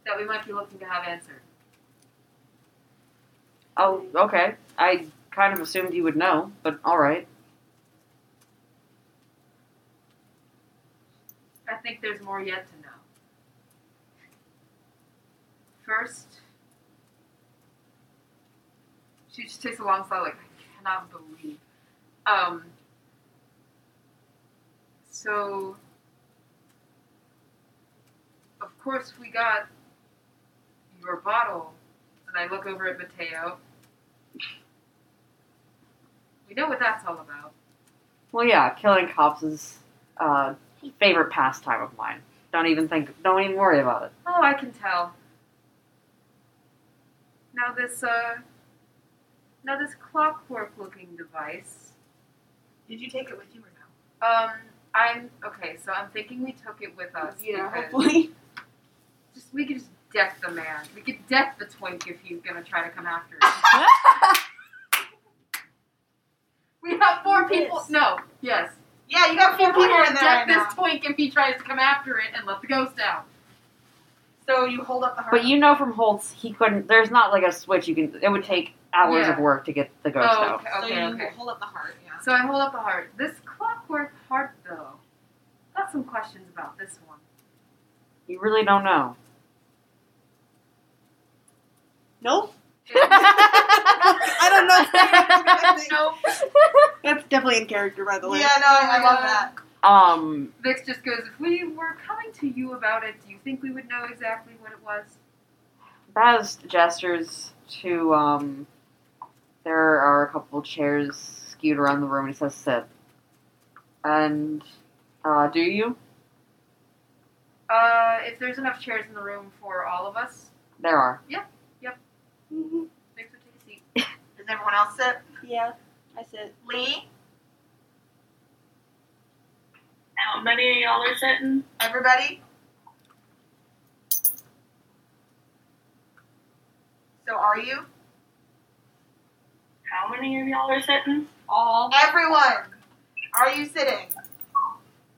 Speaker 7: that we might be looking to have answered.
Speaker 2: Oh, okay. I kind of assumed you would know, but all right.
Speaker 7: I think there's more yet to know. First, she just takes a long sigh, like, I cannot believe. Um, so, of course, we got your bottle, and I look over at Mateo. We know what that's all about.
Speaker 2: Well, yeah, killing cops is uh, favorite pastime of mine. Don't even think. Don't even worry about it.
Speaker 7: Oh, I can tell. Now this uh now this clockwork looking device.
Speaker 6: Did you take it with you or no?
Speaker 7: Um I'm okay, so I'm thinking we took it with us.
Speaker 5: Yeah,
Speaker 7: because
Speaker 5: hopefully.
Speaker 7: Just we could just deck the man. We could deck the twink if he's gonna try to come after us. we have four people
Speaker 6: Yes.
Speaker 7: no, yes.
Speaker 6: Yeah, you got four people
Speaker 7: We're
Speaker 6: in there
Speaker 7: gonna
Speaker 6: right
Speaker 7: deck this
Speaker 6: now.
Speaker 7: twink if he tries to come after it and let the ghost out.
Speaker 6: So you hold up the heart.
Speaker 2: But you know from Holtz, he couldn't. There's not like a switch you can. It would take hours
Speaker 7: Yeah.
Speaker 2: of work to get the ghost
Speaker 7: oh,
Speaker 2: out.
Speaker 7: okay,
Speaker 6: so
Speaker 7: okay,
Speaker 6: you
Speaker 7: okay.
Speaker 6: hold up the heart. Yeah.
Speaker 7: So I hold up a heart. This clockwork heart, though, got some questions about this one.
Speaker 2: You really don't know.
Speaker 5: Nope.
Speaker 2: I
Speaker 5: I don't know.
Speaker 7: No,
Speaker 5: That's definitely in character, by the way.
Speaker 6: Yeah, no, I, I love
Speaker 7: Yeah.
Speaker 6: that.
Speaker 2: Um,
Speaker 7: Vix just goes. If we were coming to you about it, do you think we would know exactly what it was?
Speaker 2: Baz gestures to. Um, there are a couple chairs skewed around the room, and he says, "Sit." And uh, do you?
Speaker 7: Uh, if there's enough chairs in the room for all of us,
Speaker 2: There are.
Speaker 5: Mhm.
Speaker 7: Vix would take a seat.
Speaker 6: Does everyone else sit?
Speaker 5: Yeah. I said.
Speaker 6: Lee,
Speaker 9: How many of y'all are sitting?
Speaker 6: everybody. So are you?
Speaker 9: How many of y'all are sitting?
Speaker 7: All.
Speaker 6: Everyone, are you sitting?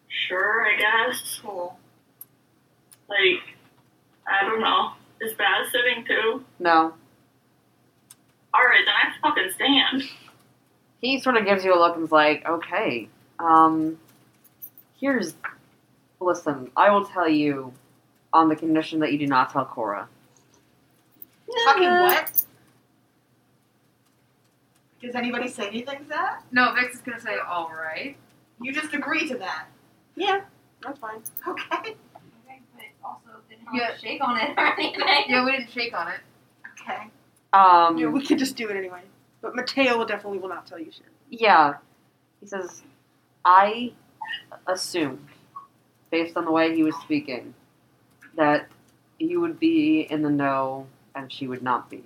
Speaker 9: Sure, I guess.
Speaker 6: Cool.
Speaker 9: Like, I don't know. Is Baz sitting too?
Speaker 2: No.
Speaker 9: Alright, then I fucking stand.
Speaker 2: He sort of gives you a look and's like, okay, um, here's. Listen, I will tell you on the condition that you do not tell Cora.
Speaker 6: Fucking what? Does anybody say anything to that?
Speaker 7: No, Vix is gonna say, all right.
Speaker 6: You just agree to that.
Speaker 5: Yeah, that's fine.
Speaker 6: Okay.
Speaker 4: Okay, but also didn't
Speaker 7: Yeah.
Speaker 4: have a shake on it or anything.
Speaker 7: Yeah, we didn't shake on it.
Speaker 6: Okay.
Speaker 2: Um,
Speaker 5: Yeah, we could just do it anyway. But Mateo will definitely will not tell you shit.
Speaker 2: Yeah. He says, I assumed, based on the way he was speaking, that he would be in the know and she would not be.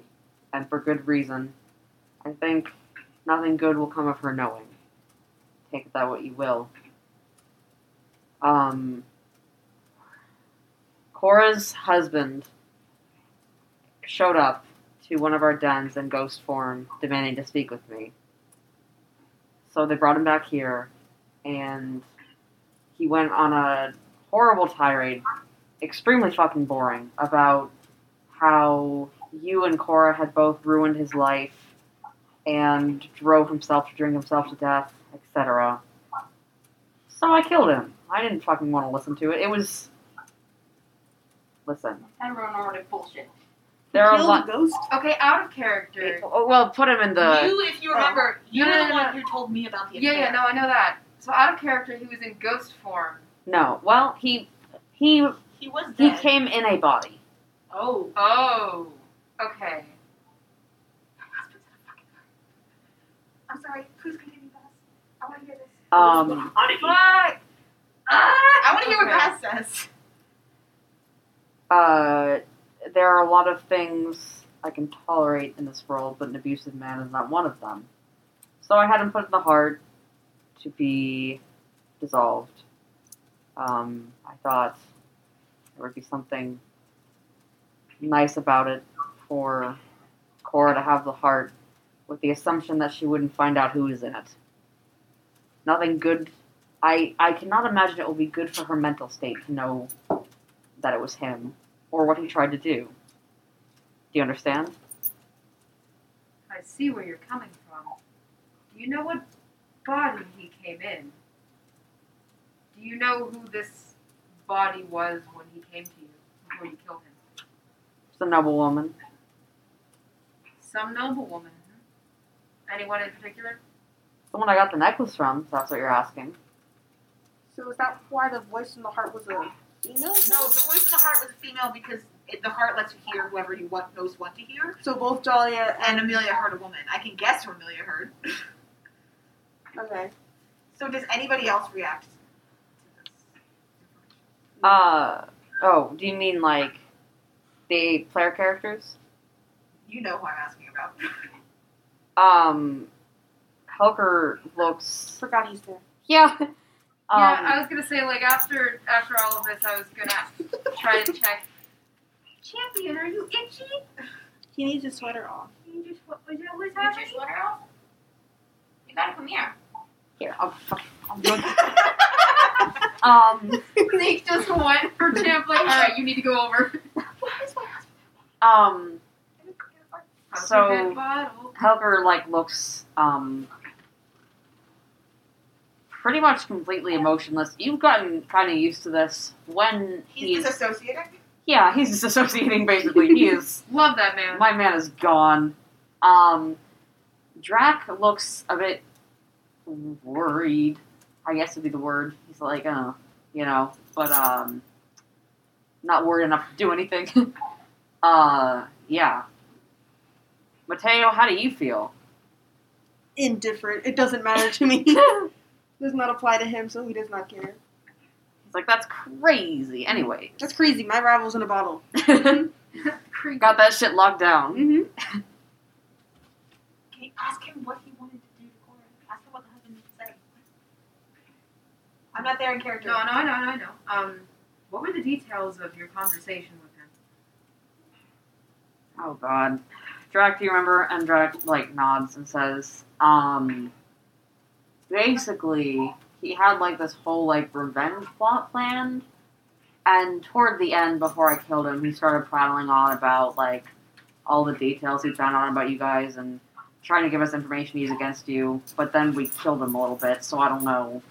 Speaker 2: And for good reason. I think nothing good will come of her knowing. Take that what you will. Um, Cora's husband showed up to one of our dens in ghost form, demanding to speak with me. So they brought him back here, and he went on a horrible tirade, extremely fucking boring, about how you and Cora had both ruined his life and drove himself to drink himself to death, etc. So I killed him. I didn't fucking want to listen to it. It was. Listen,
Speaker 4: Everyone already bullshit.
Speaker 2: there are a
Speaker 5: Kill
Speaker 2: lot.
Speaker 5: the ghost.
Speaker 7: Okay, out of character.
Speaker 2: Oh, Well, put him in the.
Speaker 6: you, if you remember, you're
Speaker 7: No, no,
Speaker 6: the
Speaker 7: no,
Speaker 6: one
Speaker 7: no.
Speaker 6: who told me about the
Speaker 7: Yeah, yeah,
Speaker 6: affair.
Speaker 7: no, I know that. So out of character, he was in ghost form.
Speaker 2: No. Well, he he
Speaker 6: He was
Speaker 2: he
Speaker 6: dead.
Speaker 2: came in a body.
Speaker 6: Oh.
Speaker 7: Oh, okay.
Speaker 6: I'm sorry. Please continue, Bess. I want to hear this.
Speaker 2: Um,
Speaker 9: Oddity.
Speaker 7: Fuck. Ah!
Speaker 6: I want to hear
Speaker 7: Okay.
Speaker 6: what Bess says.
Speaker 2: uh, there are a lot of things I can tolerate in this world, but an abusive man is not one of them. So I had him put in the heart to be dissolved. Um, I thought there would be something nice about it for Cora to have the heart with the assumption that she wouldn't find out who is in it. Nothing good. I, I cannot imagine it will be good for her mental state to know that it was him or what he tried to do. Do you understand?
Speaker 7: I see where you're coming from. Do you know what body he came in? Do you know who this body was when he came to you before you killed him?
Speaker 2: It's a noble woman.
Speaker 7: Some noble woman. hmm? Anyone in particular?
Speaker 2: Someone I got the necklace from, if that's what you're asking.
Speaker 5: So is that why the voice in the heart was a female?
Speaker 6: No, the voice in the heart was female because it, the heart lets you hear whoever you want knows what to hear.
Speaker 5: So both Dahlia
Speaker 6: And Amelia heard a woman. I can guess who Amelia heard.
Speaker 5: and okay.
Speaker 6: So does anybody else react to this?
Speaker 2: Uh oh, do you mean like the player characters?
Speaker 6: You know who I'm asking about.
Speaker 2: Um Helker looks
Speaker 5: Forgot he's there.
Speaker 2: Yeah. Um,
Speaker 7: yeah, I was gonna say like after after all of this, I was gonna try to check.
Speaker 4: Champion, are you itchy?
Speaker 5: He needs his sweater off.
Speaker 4: You just what was it always
Speaker 7: Did
Speaker 4: happening? You gotta come here.
Speaker 2: here, I'm fucking I'm good.
Speaker 7: They just went for Champ. Like, all right, you need to go over.
Speaker 2: um um So-
Speaker 7: Dead bottle.
Speaker 2: Helker like looks um pretty much completely emotionless. You've gotten kind of used to this when
Speaker 6: He's
Speaker 2: he's
Speaker 6: disassociating.
Speaker 2: yeah he's disassociating basically. he is
Speaker 7: Love that man.
Speaker 2: my man is gone. Um, Drac looks a bit worried. I guess would be the word. He's like, uh, you know, but um, not worried enough to do anything. uh, yeah. Mateo, how do you feel?
Speaker 5: Indifferent. It doesn't matter to me. does not apply to him, so he does not care.
Speaker 2: He's like, that's crazy. Anyway,
Speaker 5: That's crazy. My rival's in a bottle.
Speaker 2: got that shit locked down.
Speaker 5: Mm-hmm.
Speaker 6: Can you ask him what he wanted to do to Cora? Ask him what the husband said. I'm not there in character.
Speaker 7: No, no, I know, I know, I know. Um, what were the details of your conversation with him?
Speaker 2: Oh God, Drac, do you remember? And Drac like nods and says, um, basically he had like this whole like revenge plot planned, and toward the end, before I killed him, he started prattling on about like all the details he found out about you guys and trying to give us information he's against you. But then we killed him a little bit, so I don't know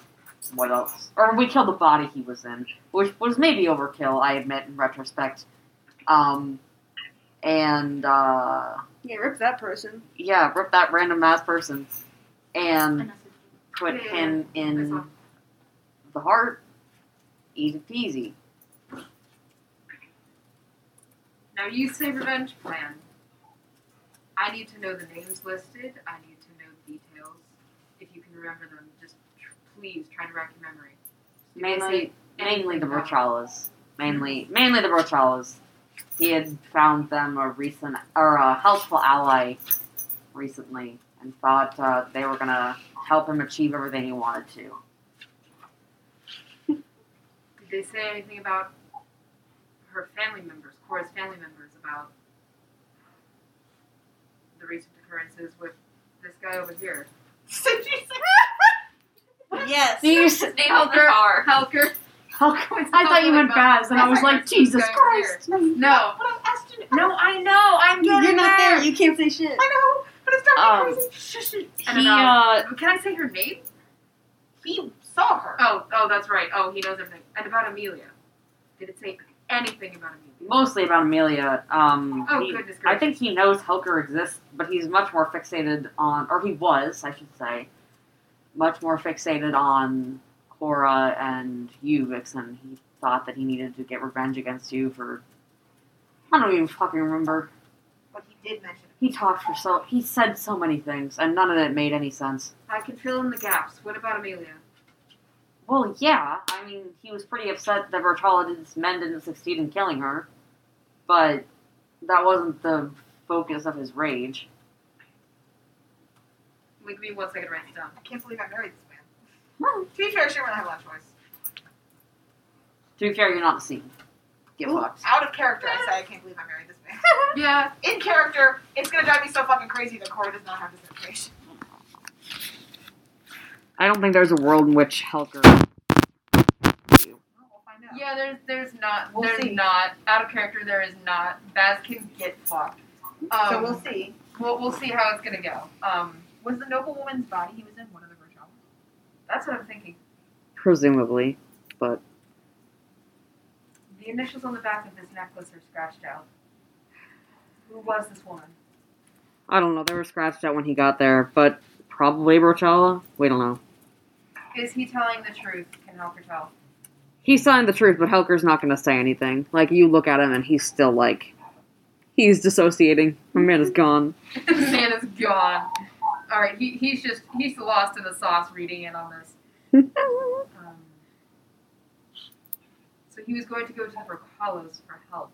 Speaker 2: what else. Or we killed the body he was in, which was maybe overkill, I admit in retrospect. Um, and uh,
Speaker 5: Yeah, rip that person.
Speaker 2: yeah, rip that random ass person and put
Speaker 7: Yeah.
Speaker 2: him
Speaker 7: That's
Speaker 2: in
Speaker 7: all.
Speaker 2: the heart. Easy peasy.
Speaker 7: Now you say revenge plan. I need to know the names listed. I need to know details. If you can remember them, just tr- please try to rack your memory. You may
Speaker 2: Mainly,
Speaker 7: say
Speaker 2: mainly the
Speaker 7: anything about-
Speaker 2: Brochalas. Mainly, mainly the Brochalas. He had found them a recent or a helpful ally recently, and thought uh, they were gonna help him achieve everything he wanted to.
Speaker 7: Did they say anything about her family members, Cora's family members, about the recent occurrences with this guy over here?
Speaker 5: Yes.
Speaker 8: These-
Speaker 4: His name on the car.
Speaker 7: Helker. Helker.
Speaker 8: I thought you meant Baz, and I was like, Jesus Christ.
Speaker 7: No.
Speaker 6: But I asked you.
Speaker 7: No, I know. I'm getting
Speaker 5: You're not there. You can't say shit.
Speaker 6: I know, but it's not
Speaker 2: Um,
Speaker 6: crazy. Shh, shh, shh.
Speaker 7: I don't
Speaker 8: He,
Speaker 7: know.
Speaker 8: uh,
Speaker 7: Can I say her name?
Speaker 6: He saw her.
Speaker 7: Oh, oh, that's right. Oh, he knows everything. And about Amelia. Did it say anything about Amelia?
Speaker 2: Mostly about Amelia. Um,
Speaker 7: Oh,
Speaker 2: he-
Speaker 7: goodness gracious.
Speaker 2: I think he knows Helker exists, but he's much more fixated on, or he was, I should say, much more fixated on Cora and you, Vixen. He thought that he needed to get revenge against you for. I don't even fucking remember.
Speaker 6: But he did mention
Speaker 2: He talked for so. He said so many things, and none of it made any sense.
Speaker 7: I can fill in the gaps. What about Amelia?
Speaker 2: Well, yeah, I mean, he was pretty upset that Bertolda's men didn't succeed in killing her, but that wasn't the focus of his rage.
Speaker 7: Wait, give me one second to write this down.
Speaker 6: I can't believe I married this man. To be fair, she wouldn't have a lot of choice.
Speaker 2: To be fair, you're not the scene. Get
Speaker 6: Ooh,
Speaker 2: fucked.
Speaker 6: Out of character, I say I can't believe I married this man.
Speaker 7: Yeah.
Speaker 6: In character, it's gonna drive me so fucking crazy that Cora does not have this information.
Speaker 2: I don't think there's a world in which Helker.
Speaker 6: Well, we'll find out.
Speaker 7: Yeah, there's there's not
Speaker 6: We'll
Speaker 7: there's
Speaker 6: see.
Speaker 7: not out of character. There is not. Baz can get fucked. Um,
Speaker 6: so we'll see.
Speaker 7: we'll we'll see how it's gonna go. Um,
Speaker 6: Was the noble woman's body he was in one of the virtual?
Speaker 7: that's what I'm thinking.
Speaker 2: Presumably, but
Speaker 7: The initials on the back of this necklace are scratched out. Who was this woman?
Speaker 2: I don't know. They were scratched out when he got there, but probably Brochala. We don't know.
Speaker 7: Is he telling the truth? Can help her tell.
Speaker 2: He's telling the truth, but Helker's not going to say anything. Like you look at him, and he's still like, he's dissociating. My man is gone.
Speaker 7: this man is gone. All right, he, he's just he's lost in the sauce reading in on this. Um, so he was going to go to the Brocalos for help.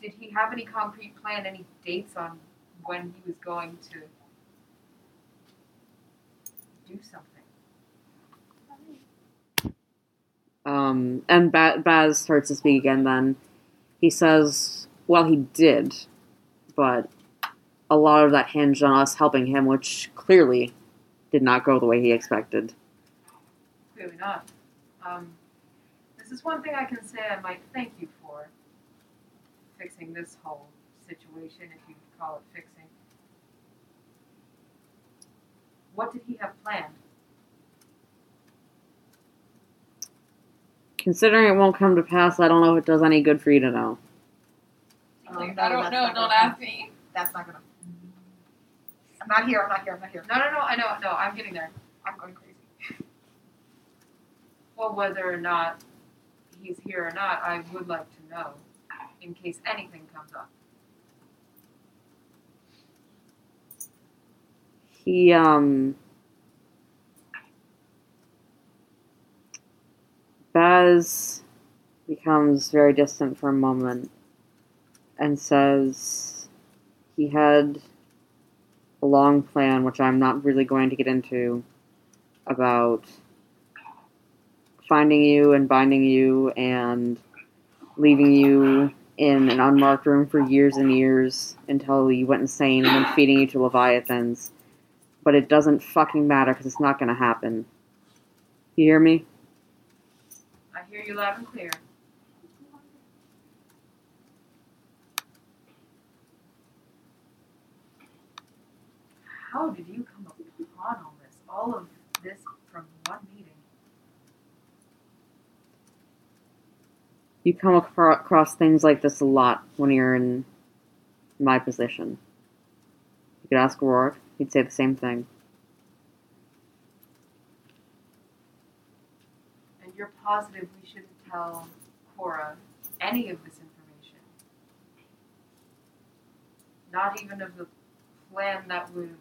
Speaker 7: Did he have any concrete plan, any dates on when he was going to do something?
Speaker 2: Um, and ba- Baz starts to speak again. Then he says, "Well, he did, but a lot of that hinged on us helping him, which clearly did not go the way he expected."
Speaker 7: Clearly not. Um, this is one thing I can say I might thank you for fixing this whole situation, if you could call it fixing. What did he have planned?
Speaker 2: Considering it won't come to pass, I don't know if it does any good for you to know.
Speaker 6: Like,
Speaker 7: no,
Speaker 6: Um, I don't
Speaker 7: that's
Speaker 6: know. Don't
Speaker 7: not gonna-
Speaker 6: ask me. That's not gonna. I'm not here. I'm not here. I'm not here.
Speaker 7: No, no, no. I know. No, I'm getting there.
Speaker 6: I'm going crazy.
Speaker 7: Well, whether or not he's here or not, I would like to know, in case anything comes up.
Speaker 2: He um Baz becomes very distant for a moment and says he had a long plan which I'm not really going to get into about finding you and binding you and leaving you in an unmarked room for years and years until you went insane and then feeding you to leviathans but it doesn't fucking matter because it's not going to happen. You hear me?
Speaker 7: I hear you loud and clear. How did you come upon all this? All of this from one meeting?
Speaker 2: You come acro- across things like this a lot when you're in my position. You could ask Rourke. He'd say the same thing.
Speaker 7: And you're positive we shouldn't tell Cora any of this information. Not even of the plan that would have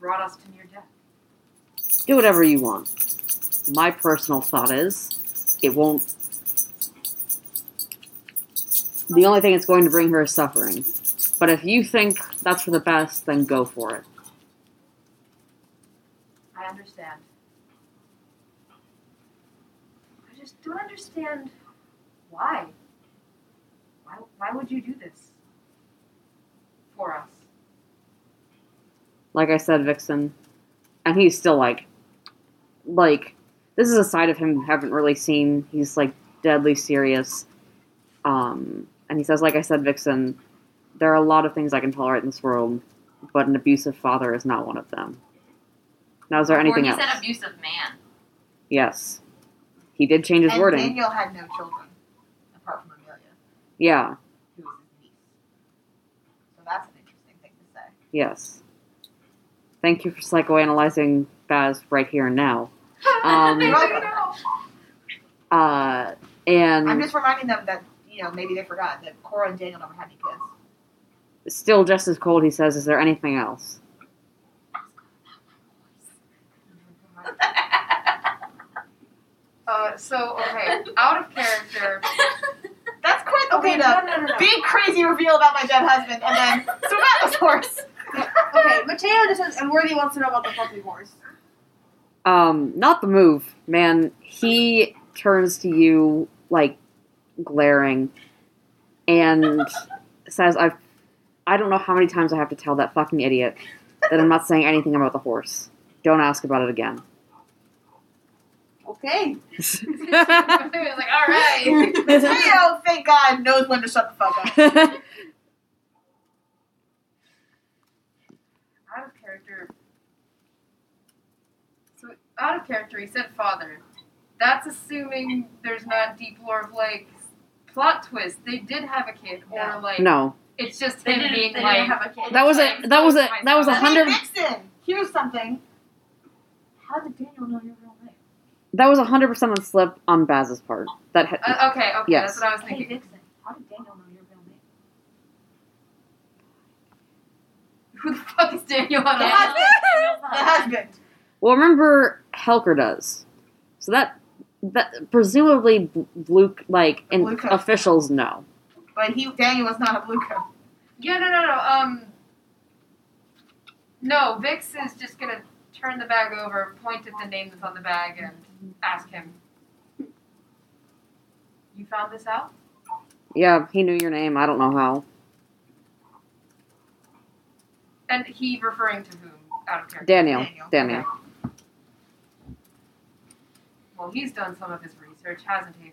Speaker 7: brought us to near death.
Speaker 2: do whatever you want. My personal thought is, it won't. The only thing it's going to bring her is suffering. But if you think that's for the best, then go for it.
Speaker 7: I understand. I just don't understand why. Why, why would you do this for us?
Speaker 2: Like I said, Vixen, and he's still like, like this is a side of him we haven't really seen. He's like deadly serious, um, and he says, like I said, Vixen, there are a lot of things I can tolerate in this world, but an abusive father is not one of them. Now, is there anything
Speaker 4: or he
Speaker 2: else?
Speaker 4: said abusive man.
Speaker 2: Yes. He did change his
Speaker 6: and
Speaker 2: wording.
Speaker 6: Daniel had no children apart from Amelia,
Speaker 2: yeah,
Speaker 6: who was his niece. So that's an interesting thing to say.
Speaker 2: yes. Thank you for psychoanalyzing Baz right here and now. Um, uh,
Speaker 6: I'm
Speaker 2: and
Speaker 6: just reminding them that you know maybe they forgot that Cora and Daniel never had any kids.
Speaker 2: still just as cold, he says, Is there anything else?
Speaker 7: Uh, so okay, out of character.
Speaker 6: That's quite okay.
Speaker 7: no,
Speaker 6: to
Speaker 7: no, no, no.
Speaker 6: Big crazy reveal about my dead husband, and then so about this horse.
Speaker 5: okay, Mateo just says, and Worthy wants to know about the fucking horse.
Speaker 2: Um, not the move, man. He turns to you, like, glaring, and says, I've, I don't know how many times I have to tell that fucking idiot that I'm not saying anything about the horse. Don't ask about it again.
Speaker 5: Okay.
Speaker 7: I was like, all right.
Speaker 6: Mateo, thank God, knows when to shut the fuck up.
Speaker 7: Out of character. So out of character, he said father. That's assuming there's not deep lore of like plot twist. They did have a kid, or like
Speaker 2: no.
Speaker 7: it's just
Speaker 4: They
Speaker 7: him
Speaker 4: didn't-
Speaker 7: being
Speaker 4: they
Speaker 7: like.
Speaker 4: didn't have a kid.
Speaker 2: That was a that was a that was a
Speaker 6: Let
Speaker 7: Let
Speaker 2: hundred
Speaker 6: me fix it. Here's something. How did Daniel know your real name?
Speaker 2: that was a hundred percent a slip on Baz's part. That ha-
Speaker 7: Uh, okay, okay,
Speaker 2: Yes.
Speaker 7: that's what I was
Speaker 6: Hey,
Speaker 7: thinking.
Speaker 6: Vixen, how did Daniel know your real name?
Speaker 7: Who the fuck is Daniel? I don't
Speaker 6: The
Speaker 7: know.
Speaker 6: husband.
Speaker 4: Daniel's
Speaker 6: The
Speaker 4: not.
Speaker 6: husband.
Speaker 2: well, remember Helker does, so that that presumably B- Luke like and
Speaker 6: Luke has-
Speaker 2: officials know.
Speaker 6: But he, Daniel was not a blue coat.
Speaker 7: Yeah, no, no, no. Um, no, Vix is just gonna turn the bag over, point at the name that's on the bag, and ask him. You found this out?
Speaker 2: Yeah, he knew your name. I don't know how.
Speaker 7: And he referring to whom? Out of character.
Speaker 2: Daniel,
Speaker 6: Daniel.
Speaker 2: Daniel.
Speaker 7: Well, he's done some of his research, hasn't he?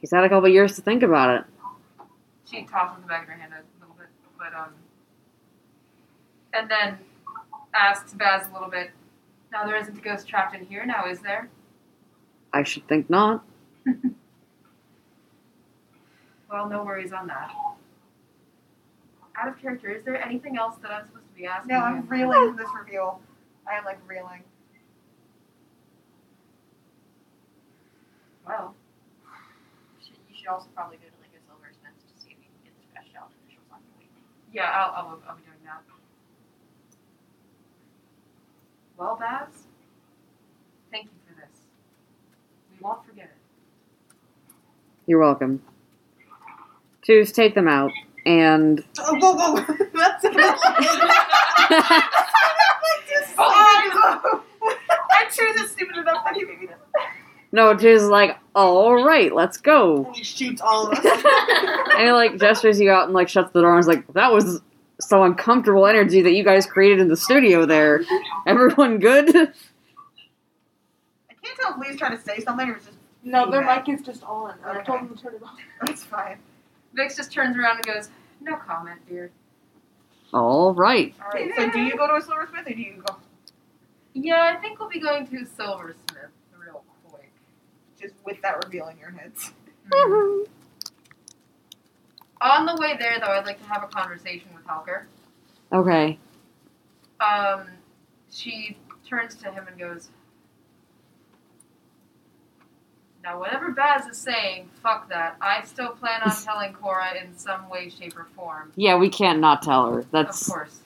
Speaker 2: He's had a couple years to think about it.
Speaker 7: She tosses the bag in her hand a little bit, but um, and then asks Baz a little bit. Now there isn't a ghost trapped in here, now is there?
Speaker 2: I should think not.
Speaker 7: Well, no worries on that. Out of character, is there anything else that I'm supposed to be asking?
Speaker 6: No, I'm
Speaker 7: you?
Speaker 6: reeling from this reveal. I am like reeling.
Speaker 7: Well,
Speaker 4: Should- You should also probably go to like a silversmith to see if you can get this fresh out initials on your wing.
Speaker 7: yeah, I'll, I'll, I'll be doing that. Well, Baz, thank you for this. We won't forget it.
Speaker 2: You're welcome. Twos, take them out and.
Speaker 5: Oh, whoa, whoa. That's
Speaker 6: Oh, I'm sure that's stupid enough that he made me this.
Speaker 2: no, Twos is like, all right, let's go.
Speaker 5: And he shoots all of us.
Speaker 2: and he like gestures you out and like shuts the door and is like, that was some uncomfortable energy that you guys created in the studio there. Everyone good?
Speaker 6: I can't tell if Lee's trying to say something or it's just
Speaker 5: No, their mic is just on. I told them to turn it off.
Speaker 6: it's fine.
Speaker 7: Vix just turns around and goes, "No comment, dear."
Speaker 2: All right.
Speaker 7: All right.
Speaker 6: Alright, so do you go to a silversmith or do you go
Speaker 7: Yeah, I think we'll be going to silversmith real quick.
Speaker 6: just with that reveal in your heads?
Speaker 7: Mm-hmm. On the way there, though, I'd like to have a conversation with Helker.
Speaker 2: Okay.
Speaker 7: Um, she turns to him and goes, Now, whatever Baz is saying, fuck that. I still plan on telling Cora in some way, shape, or form.
Speaker 2: Yeah, we can't not tell her.
Speaker 7: Of
Speaker 2: That's
Speaker 7: course.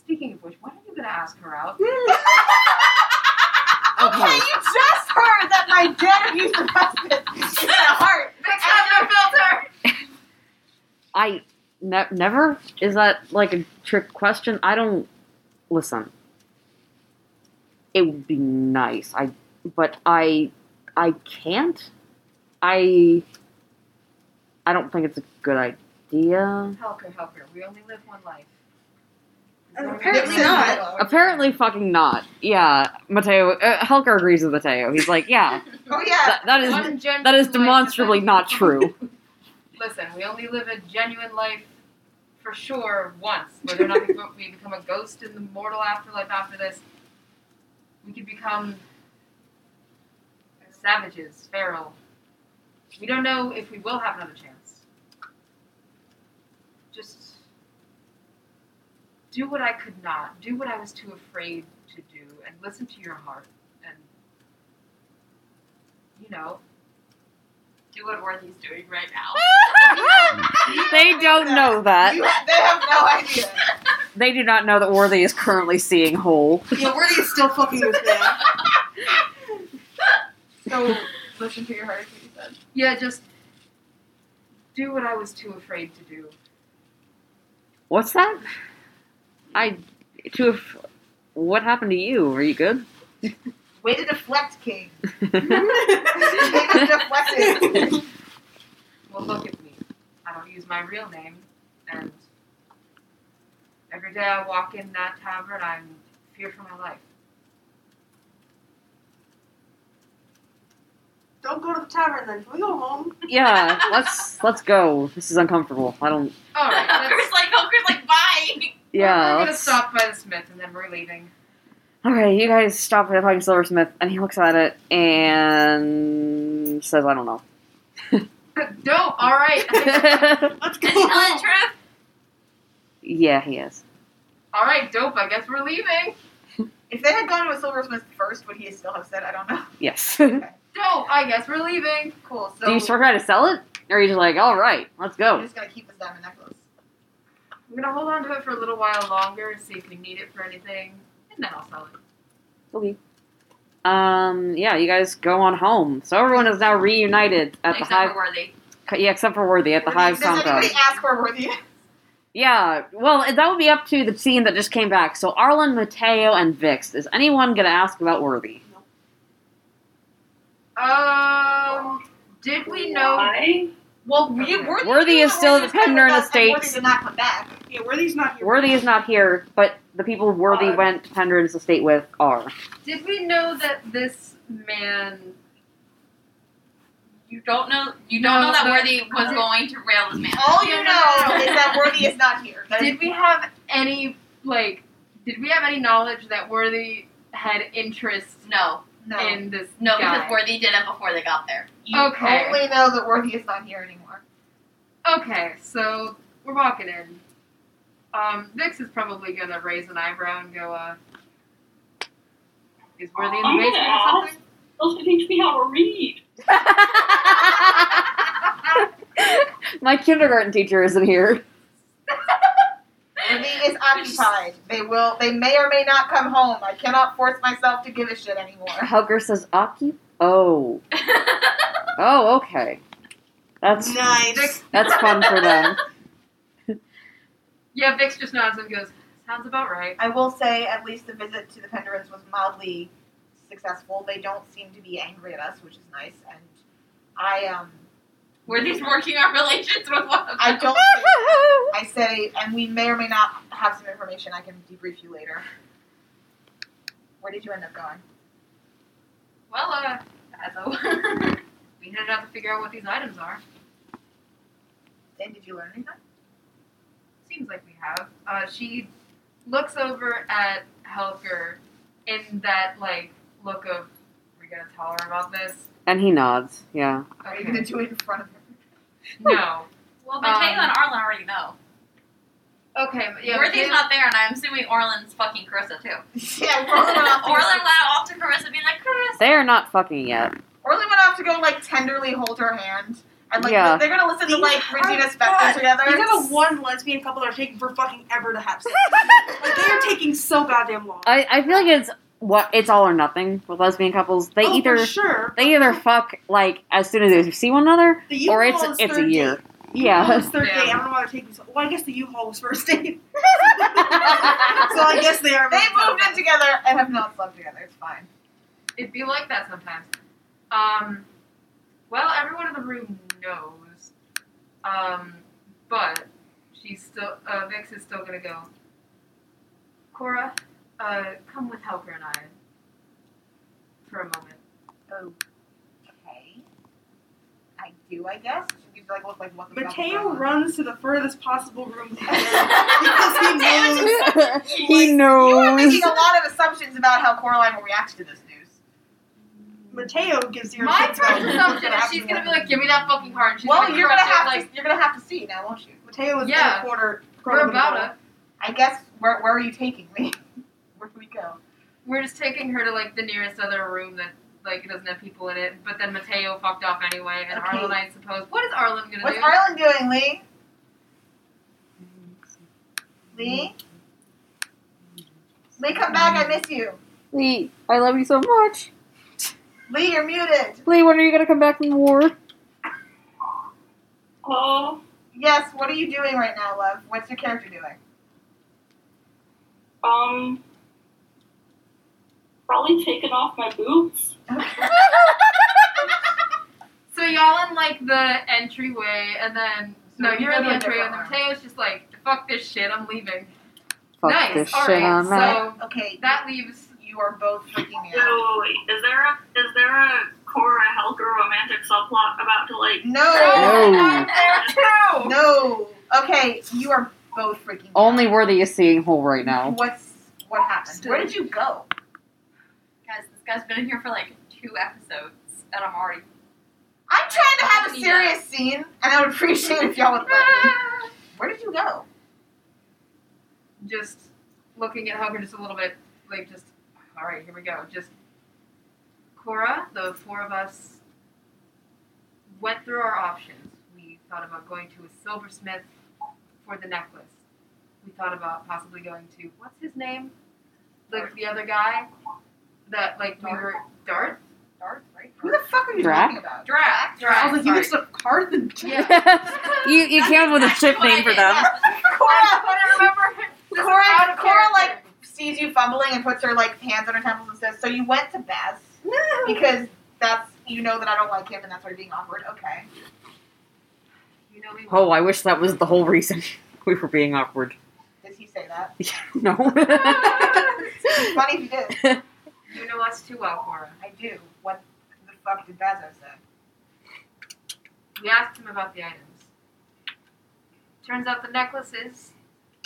Speaker 7: Speaking of which, when are you going to ask her out?
Speaker 2: Hmm? okay.
Speaker 6: You just heard that my dead abused husband is in a heart.
Speaker 7: Fix up no filter!
Speaker 2: I ne- never is that like a trick question? I don't listen. It would be nice. I but I I can't. I I don't think it's a good idea.
Speaker 7: Helker, Helker, we only live one life.
Speaker 5: And
Speaker 7: We're
Speaker 5: apparently
Speaker 7: only live one
Speaker 5: not.
Speaker 7: life.
Speaker 2: Apparently, fucking not. Yeah, Mateo. Uh, Helker agrees with Mateo. He's like, yeah,
Speaker 6: Oh yeah.
Speaker 2: that, that is
Speaker 7: One genuine
Speaker 2: that is
Speaker 7: life
Speaker 2: demonstrably
Speaker 7: event.
Speaker 2: not true.
Speaker 7: Listen, we only live a genuine life for sure once. Whether or not we, go- we become a ghost in the mortal afterlife after this, we could become savages, feral. We don't know if we will have another chance. Just do what I could not, do what I was too afraid to do, and listen to your heart. And, you know,
Speaker 4: Do what Worthy's doing right now.
Speaker 2: they don't know that.
Speaker 6: You, they have no idea.
Speaker 2: They do not know that Worthy is currently seeing whole.
Speaker 5: Yeah, Worthy is still fucking this man.
Speaker 3: So listen to your heart, is what you said.
Speaker 7: Yeah, just do what I was too afraid to do.
Speaker 2: What's that? I to if what happened to you? Are you good?
Speaker 6: Way to deflect, King.
Speaker 2: I
Speaker 6: Way to deflect it.
Speaker 7: Well, look at me. I don't use my real name, and every day I walk in that tavern, I'm fear for my life.
Speaker 5: Don't go to the tavern then. Can we go home?
Speaker 2: yeah, let's let's go. This is uncomfortable. I don't.
Speaker 7: All right,
Speaker 4: Hunker's
Speaker 7: let's,
Speaker 4: like, Hunker's like, bye.
Speaker 2: Yeah.
Speaker 7: we're gonna
Speaker 2: let's-
Speaker 7: stop by the Smith, and then we're leaving.
Speaker 2: All right, you guys stop at fucking silversmith, and he looks at it and says, "I don't know."
Speaker 7: no, all right,
Speaker 5: Let's go
Speaker 4: Is he telling the
Speaker 5: home.
Speaker 4: truth?
Speaker 2: yeah, he is.
Speaker 7: all right, dope. I guess we're leaving.
Speaker 6: If they had gone to a silversmith first, would he still have said, I don't know?
Speaker 2: Yes.
Speaker 7: Dope. I guess we're leaving.
Speaker 6: Cool. So
Speaker 2: Do you still try to sell it, or are you just like, "All right, let's
Speaker 6: I'm
Speaker 2: go"?
Speaker 6: just gonna keep this diamond necklace.
Speaker 7: I'm gonna hold on to it for a little while longer and see if we need it for anything, and then I'll sell it.
Speaker 2: Okay. Um. Yeah, you guys go on home. So everyone is now reunited at
Speaker 4: Except
Speaker 2: the hive.
Speaker 4: for Worthy.
Speaker 2: Yeah, except for Worthy at the Hive
Speaker 6: Does
Speaker 2: Sound Club.
Speaker 6: anybody ask where Worthy is?
Speaker 2: Yeah, well, that would be up to the scene that just came back. So Arlen, Mateo, and Vix. Is anyone going to ask about Worthy?
Speaker 7: Um, did we know?
Speaker 9: Why?
Speaker 7: Well, we were.
Speaker 2: Worthy is still the
Speaker 6: Worthy's coming
Speaker 2: Pendner in the
Speaker 6: with us, and Worthy
Speaker 2: States.
Speaker 6: did not come back.
Speaker 5: Yeah, Worthy's not here.
Speaker 2: Worthy is not here, but the people Worthy
Speaker 9: Uh,
Speaker 2: went to Pendrin's estate with are.
Speaker 7: Did we know that this man?
Speaker 4: You don't know. You don't
Speaker 7: No,
Speaker 4: know that
Speaker 7: but-
Speaker 4: Worthy was going to rail this man.
Speaker 6: All you
Speaker 7: No, no,
Speaker 6: know
Speaker 7: no, no.
Speaker 6: is that Worthy is not here. That is-
Speaker 7: Did we have any like? Did we have any knowledge that Worthy had interest
Speaker 4: No,
Speaker 6: no.
Speaker 7: in this
Speaker 4: no,
Speaker 7: guy?
Speaker 4: because Worthy did it before they got there.
Speaker 6: you
Speaker 7: okay.
Speaker 6: only know that Worthy is not here anymore.
Speaker 7: okay, so we're walking in. Um, Vix is probably gonna raise an eyebrow and go, uh, "Is Worthy in the
Speaker 9: I'm gonna
Speaker 7: basement or something?"
Speaker 9: Also, teach me how to read.
Speaker 2: My kindergarten teacher isn't here.
Speaker 6: Worthy is occupied. They will. They may or may not come home. I cannot force myself to give a shit anymore.
Speaker 2: Helger says, Aki? Oh. Oh, okay. That's
Speaker 5: Nice.
Speaker 7: Vix,
Speaker 2: that's fun for them.
Speaker 7: yeah, Vix just nods and goes, "Sounds about right."
Speaker 6: I will say, at least the visit to the Penderins was mildly successful. They don't seem to be angry at us, which is nice. And I um,
Speaker 4: Worthy's working our relations with one of
Speaker 6: I
Speaker 4: them.
Speaker 6: don't. I say, and we may or may not have some information. I can debrief you later. Where did you end up going?
Speaker 7: Well, uh,
Speaker 4: As a-
Speaker 7: we headed out to figure out what these items are.
Speaker 6: And did you learn anything?
Speaker 7: seems like we have. Uh, she looks over at Helger in that like look of, "Are we gonna tell her about this?"
Speaker 2: And he nods, yeah.
Speaker 6: Are you
Speaker 7: Okay.
Speaker 6: gonna do it in front of her?
Speaker 7: no,
Speaker 10: Well, but
Speaker 7: Um,
Speaker 10: Taylor and Arlen already know.
Speaker 7: Okay, but yeah.
Speaker 10: Worthy's
Speaker 7: Taylor-
Speaker 10: not there, and I'm assuming Orland's fucking Carissa too.
Speaker 6: Yeah, Orlin
Speaker 10: Orland
Speaker 6: went off to go,
Speaker 10: went off to Carissa, being like, Carissa.
Speaker 2: They are not fucking yet.
Speaker 6: Orlin went off to go like tenderly hold her hand, and like
Speaker 2: Yeah.
Speaker 6: they're gonna listen to like Regina
Speaker 5: God.
Speaker 6: Spektor together.
Speaker 5: These are the one lesbian couple that are taking for fucking ever to have sex. like, they are taking so goddamn long.
Speaker 2: I, I feel like it's what it's all or nothing with lesbian couples. They
Speaker 5: oh,
Speaker 2: either
Speaker 5: for sure.
Speaker 2: they either fuck like as soon as they see one another,
Speaker 5: The
Speaker 2: or
Speaker 5: U-Haul
Speaker 2: it's
Speaker 5: is
Speaker 2: it's a
Speaker 5: third
Speaker 2: year.
Speaker 5: date.
Speaker 2: Yeah.
Speaker 5: It's third
Speaker 7: Yeah.
Speaker 5: date. I don't know why they're taking so. Well, I guess the U-Haul was first date, so I guess they are.
Speaker 6: They moved in together and have not slept together. It's fine.
Speaker 7: It'd be like that sometimes. Um, well, everyone in the room knows, um, but she's still. Uh, Vix is still gonna go. Cora, uh, come with Helper and I for a moment.
Speaker 6: Okay. I do, I guess. She gives like look like what the
Speaker 5: Mateo
Speaker 6: fuck?
Speaker 5: runs to the furthest possible room because he
Speaker 6: Mateo's
Speaker 5: knows.
Speaker 2: he knows.
Speaker 6: You are making a lot of assumptions about how Coraline will react to this news.
Speaker 5: Mateo gives zero
Speaker 7: My
Speaker 5: shits
Speaker 7: first
Speaker 5: about who's
Speaker 7: assumption
Speaker 5: gonna
Speaker 7: is
Speaker 5: have
Speaker 7: she's
Speaker 5: to
Speaker 7: gonna
Speaker 5: win.
Speaker 7: be like, "Give me that fucking heart." and She's
Speaker 6: well,
Speaker 7: gonna
Speaker 6: you're
Speaker 7: crush
Speaker 6: gonna have
Speaker 7: it, like
Speaker 6: to you're gonna have to see now, won't you?
Speaker 5: Mateo is
Speaker 7: Yeah.
Speaker 5: a quarter. quarter
Speaker 7: we're
Speaker 5: of
Speaker 7: about
Speaker 5: the
Speaker 7: to.
Speaker 6: I guess where where are you taking me? Where do we go?
Speaker 7: We're just taking her to like the nearest other room that like doesn't have people in it. But then Mateo fucked off anyway, and
Speaker 5: Okay.
Speaker 7: Arlen, I suppose. What is Arlen gonna
Speaker 6: What's
Speaker 7: do?
Speaker 6: Arlen doing, Lee? Lee? Lee, come back, I miss you.
Speaker 2: Lee, I love you so much.
Speaker 6: Lee, you're muted.
Speaker 2: Lee, when are you gonna come back from the war?
Speaker 9: Oh,
Speaker 6: Yes, what are you doing right now, love? What's your character doing?
Speaker 9: um, probably taking off my boots.
Speaker 7: So y'all in like the entryway, and then no,
Speaker 6: So
Speaker 7: you're
Speaker 6: you're
Speaker 7: in the
Speaker 6: in a
Speaker 7: entryway, and
Speaker 6: different
Speaker 7: Mateo's just like, "Fuck this shit, I'm leaving."
Speaker 2: Fuck
Speaker 7: nice.
Speaker 2: this
Speaker 7: All
Speaker 2: shit
Speaker 7: right,
Speaker 2: I'm out.
Speaker 7: so
Speaker 6: Okay,
Speaker 7: that leaves.
Speaker 6: you are both freaking me
Speaker 9: Wait,
Speaker 6: out.
Speaker 9: wait, wait. Is there a is there a Cora Helger romantic subplot about to like?
Speaker 6: No,
Speaker 2: No.
Speaker 7: I'm there too.
Speaker 6: no. Okay, you are both freaking. Me
Speaker 2: Only
Speaker 6: out.
Speaker 2: worthy is seeing whole right now.
Speaker 6: What's what happened? Where did you go?
Speaker 10: Guys, this guy's been in here for like two episodes, and I'm already.
Speaker 6: I'm trying to have a
Speaker 10: Yeah.
Speaker 6: serious scene, and I would appreciate if y'all would let me. Where did you go?
Speaker 7: just looking at Hugger just a little bit, like just, all right, here we go. Just Cora, the four of us went through our options. We thought about going to a silversmith for the necklace. We thought about possibly going to what's his name, the the other guy that like we were Darth.
Speaker 10: Darth, right?
Speaker 6: Who the fuck are you
Speaker 2: Drac?
Speaker 6: talking about?
Speaker 10: Drac.
Speaker 5: I
Speaker 10: Drac.
Speaker 5: was like, you mixed up Carthen.
Speaker 7: Yeah.
Speaker 2: you you
Speaker 10: That's
Speaker 2: came up with a
Speaker 10: exactly
Speaker 2: ship
Speaker 10: what I
Speaker 2: name for
Speaker 10: did.
Speaker 2: them.
Speaker 7: I
Speaker 6: Cora,
Speaker 7: couldn't remember. This is out
Speaker 6: Cora,
Speaker 7: of
Speaker 6: Cora, like
Speaker 7: character.
Speaker 6: sees you fumbling and puts her like hands on her temples and says, "So you went to Baz because that's you know that I don't like him and that's why you're being awkward." Okay.
Speaker 7: you know we
Speaker 2: Oh, I wish that was the whole reason we were being awkward.
Speaker 6: Does he say that?
Speaker 2: no.
Speaker 6: It's funny if you did.
Speaker 7: you know us too well, Cora.
Speaker 6: I do. What the fuck did Bazo say?
Speaker 7: We asked him about the items. Turns out the necklace is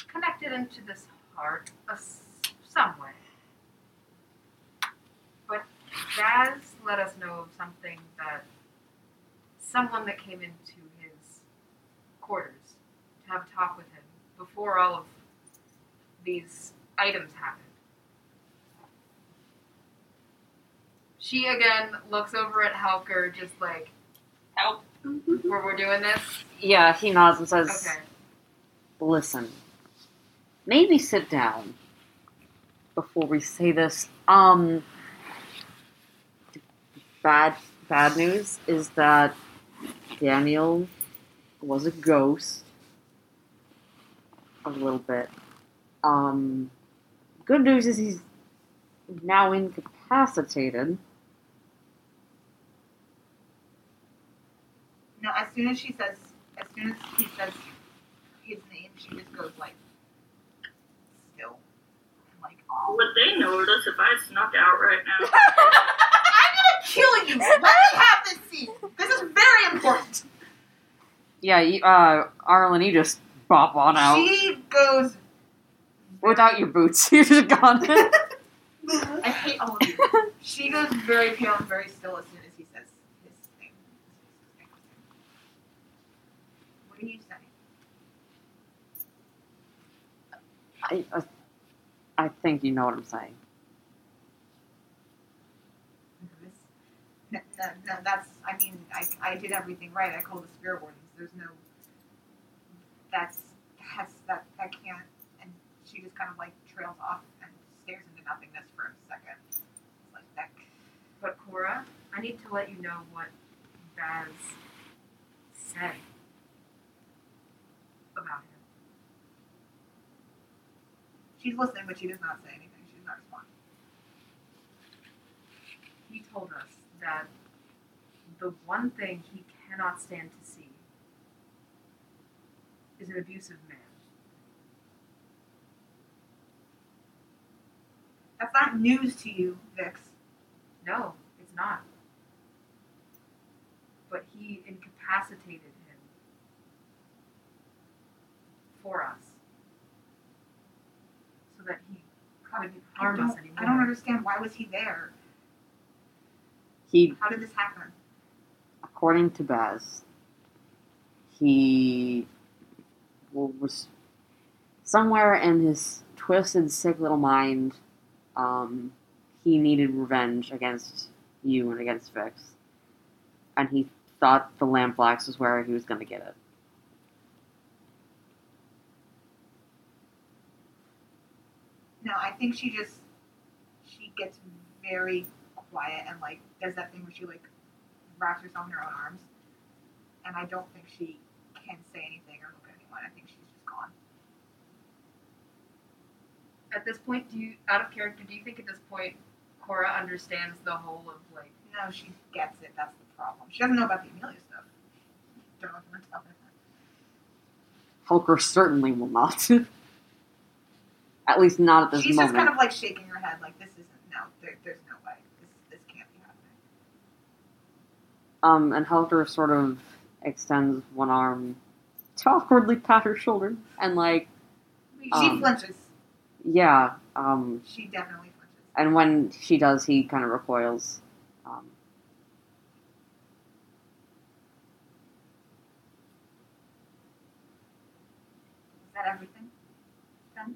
Speaker 7: connected into this heart a s- some way. But Jazz let us know of something that someone that came into his quarters to have a talk with him before all of these items happened. She again looks over at Halker, just like,
Speaker 10: Help.
Speaker 7: where we're doing this.
Speaker 2: yeah, he nods and says,
Speaker 7: Okay.
Speaker 2: "Listen, maybe sit down before we say this. Um, bad bad news is that Daniel was a ghost a little bit. Um, good news is he's now incapacitated."
Speaker 6: No, as soon as she says, as soon as he says his name, she just goes like, still. I'm like, oh.
Speaker 9: Would they notice if I snuck out right now?
Speaker 6: I'm gonna kill you! Let me have this scene! This is very important!
Speaker 2: Yeah, you, uh, Arlen, you just bop on out
Speaker 6: She goes,
Speaker 2: without your boots. You're just gone.
Speaker 6: I hate all of you. She goes very pale and very still as soon as he says his name. What What are you saying?
Speaker 2: I, I, I think you know what I'm saying.
Speaker 6: This- No, no, no, that's. I mean, I, I did everything right. I called the spirit wardens. There's no. That's that's that that can't. And she just kind of like trails off and stares into nothingness for a second. Like that.
Speaker 10: But Cora, I need to let you know what Vaz said about him.
Speaker 6: She's listening, but she does not say anything. She's not responding.
Speaker 10: He told us that the one thing he cannot stand to see is an abusive man.
Speaker 6: That's not news to you, Vix.
Speaker 10: No, it's not. But he incapacitated him for us so that he couldn't
Speaker 6: I
Speaker 10: harm us
Speaker 6: don't-
Speaker 10: anymore.
Speaker 6: I don't understand. Why was he there?
Speaker 2: He,
Speaker 6: How did this happen?
Speaker 2: according to Baz, he well, was somewhere in his twisted, sick little mind. Um, he needed revenge against you and against Vix, and he thought the Lampblax was where he was going to get it.
Speaker 6: No, I think she just she gets very quiet and like does that thing where she like wraps herself in her own arms. And I don't think she can say anything or look at anyone. I think she's just gone.
Speaker 7: At this point, do you, out of character, do you think at this point Cora understands the whole of like?
Speaker 6: No, she gets it. That's the problem. She doesn't know about the Amelia stuff. Don't know if I'm gonna tell her.
Speaker 2: Hulker certainly will not. at least not at this
Speaker 6: She's
Speaker 2: moment.
Speaker 6: just kind of like shaking her head, like this isn't no. There, there's no way. This this can't be happening.
Speaker 2: Um, and Helter sort of extends one arm to awkwardly pat her shoulder and like,
Speaker 6: She
Speaker 2: Um,
Speaker 6: flinches.
Speaker 2: yeah. Um,
Speaker 6: She definitely flinches.
Speaker 2: and when she does, he kind of recoils. Um,
Speaker 6: Is that everything? Done?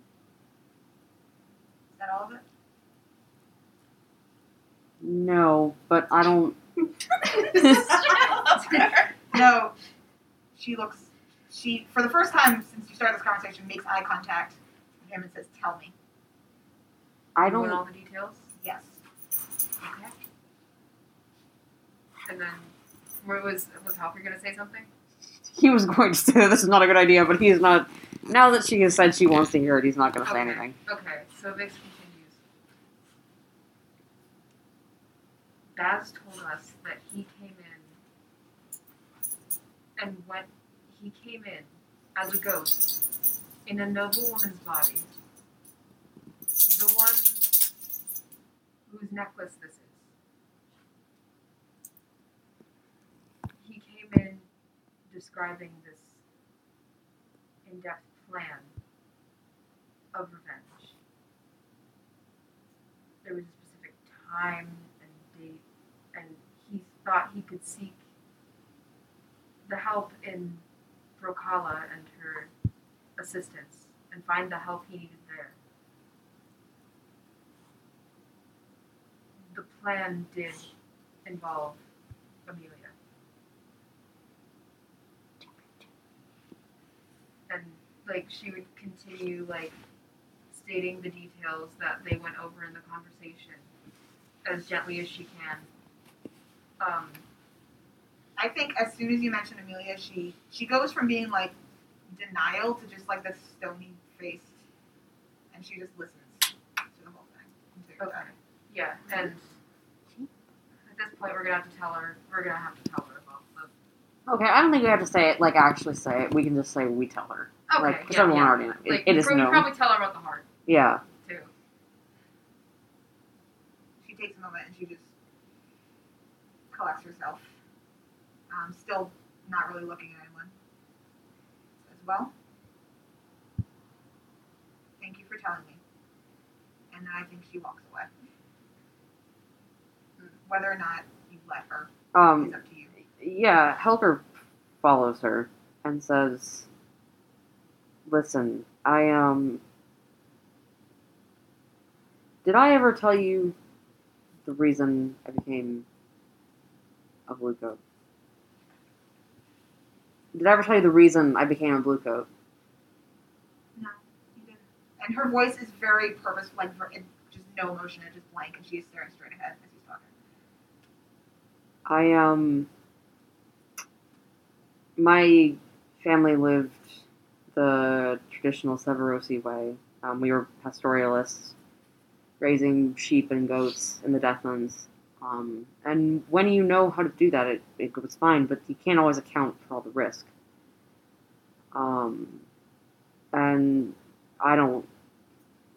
Speaker 6: Is that all of it?
Speaker 2: no, but I don't.
Speaker 6: no, she looks. She for the first time since you started this conversation makes eye contact with him and says, "Tell me."
Speaker 2: I
Speaker 7: you want
Speaker 2: don't.
Speaker 7: all the details,
Speaker 6: Yes.
Speaker 7: and then where was was Hopper gonna say something?
Speaker 2: He was going to say this is not a good idea, but he's not. Now that she has said she wants to hear it, he's not going to say
Speaker 7: Okay.
Speaker 2: anything.
Speaker 7: Okay, so Vix continues. Baz told us that he came in and went he came in as a ghost in a noble woman's body. The one whose necklace this is. He came in describing this in-depth plan of revenge. There was a specific time and date, and he thought he could seek the help in Brokala and her assistance and find the help he needed there. The plan did involve Amelia. And like she would continue like stating the details that they went over in the conversation as gently as she can. Um,
Speaker 6: I think as soon as you mention Amelia, she she goes from being like denial to just like the stony faced, and she just listens to the whole thing.
Speaker 7: okay. Yeah, and at this point, we're gonna have to tell her. We're gonna have to tell her about the.
Speaker 2: Okay, I don't think we have to say it. Like actually say it. We can just say we tell her.
Speaker 7: Okay,
Speaker 2: like because
Speaker 7: yeah,
Speaker 2: everyone
Speaker 7: yeah.
Speaker 2: already knows. It-
Speaker 7: Like,
Speaker 2: it
Speaker 7: we
Speaker 2: is
Speaker 7: prob-
Speaker 2: known.
Speaker 7: probably tell her about the heart
Speaker 2: yeah.
Speaker 7: too.
Speaker 6: She takes a moment and she just collects herself. Um, still not really looking at anyone. Says, well, thank you for telling me. And then I think she walks away. Whether or not you let her
Speaker 2: Um.
Speaker 6: is up to you.
Speaker 2: yeah, Helger follows her and says, "Listen, I um, did I ever tell you the reason I became a blue coat? Did I ever tell you the reason I became a blue coat?
Speaker 6: No, you didn't. And her voice is very purposeful, like ver- it- just no emotion, it's just blank, and she is staring straight ahead as he's talking.
Speaker 2: I um, my family lived the traditional Severosi way. Um, we were pastoralists, raising sheep and goats in the Deathlands. Um, and when you know how to do that, it, it was fine, but you can't always account for all the risk. Um, and I don't,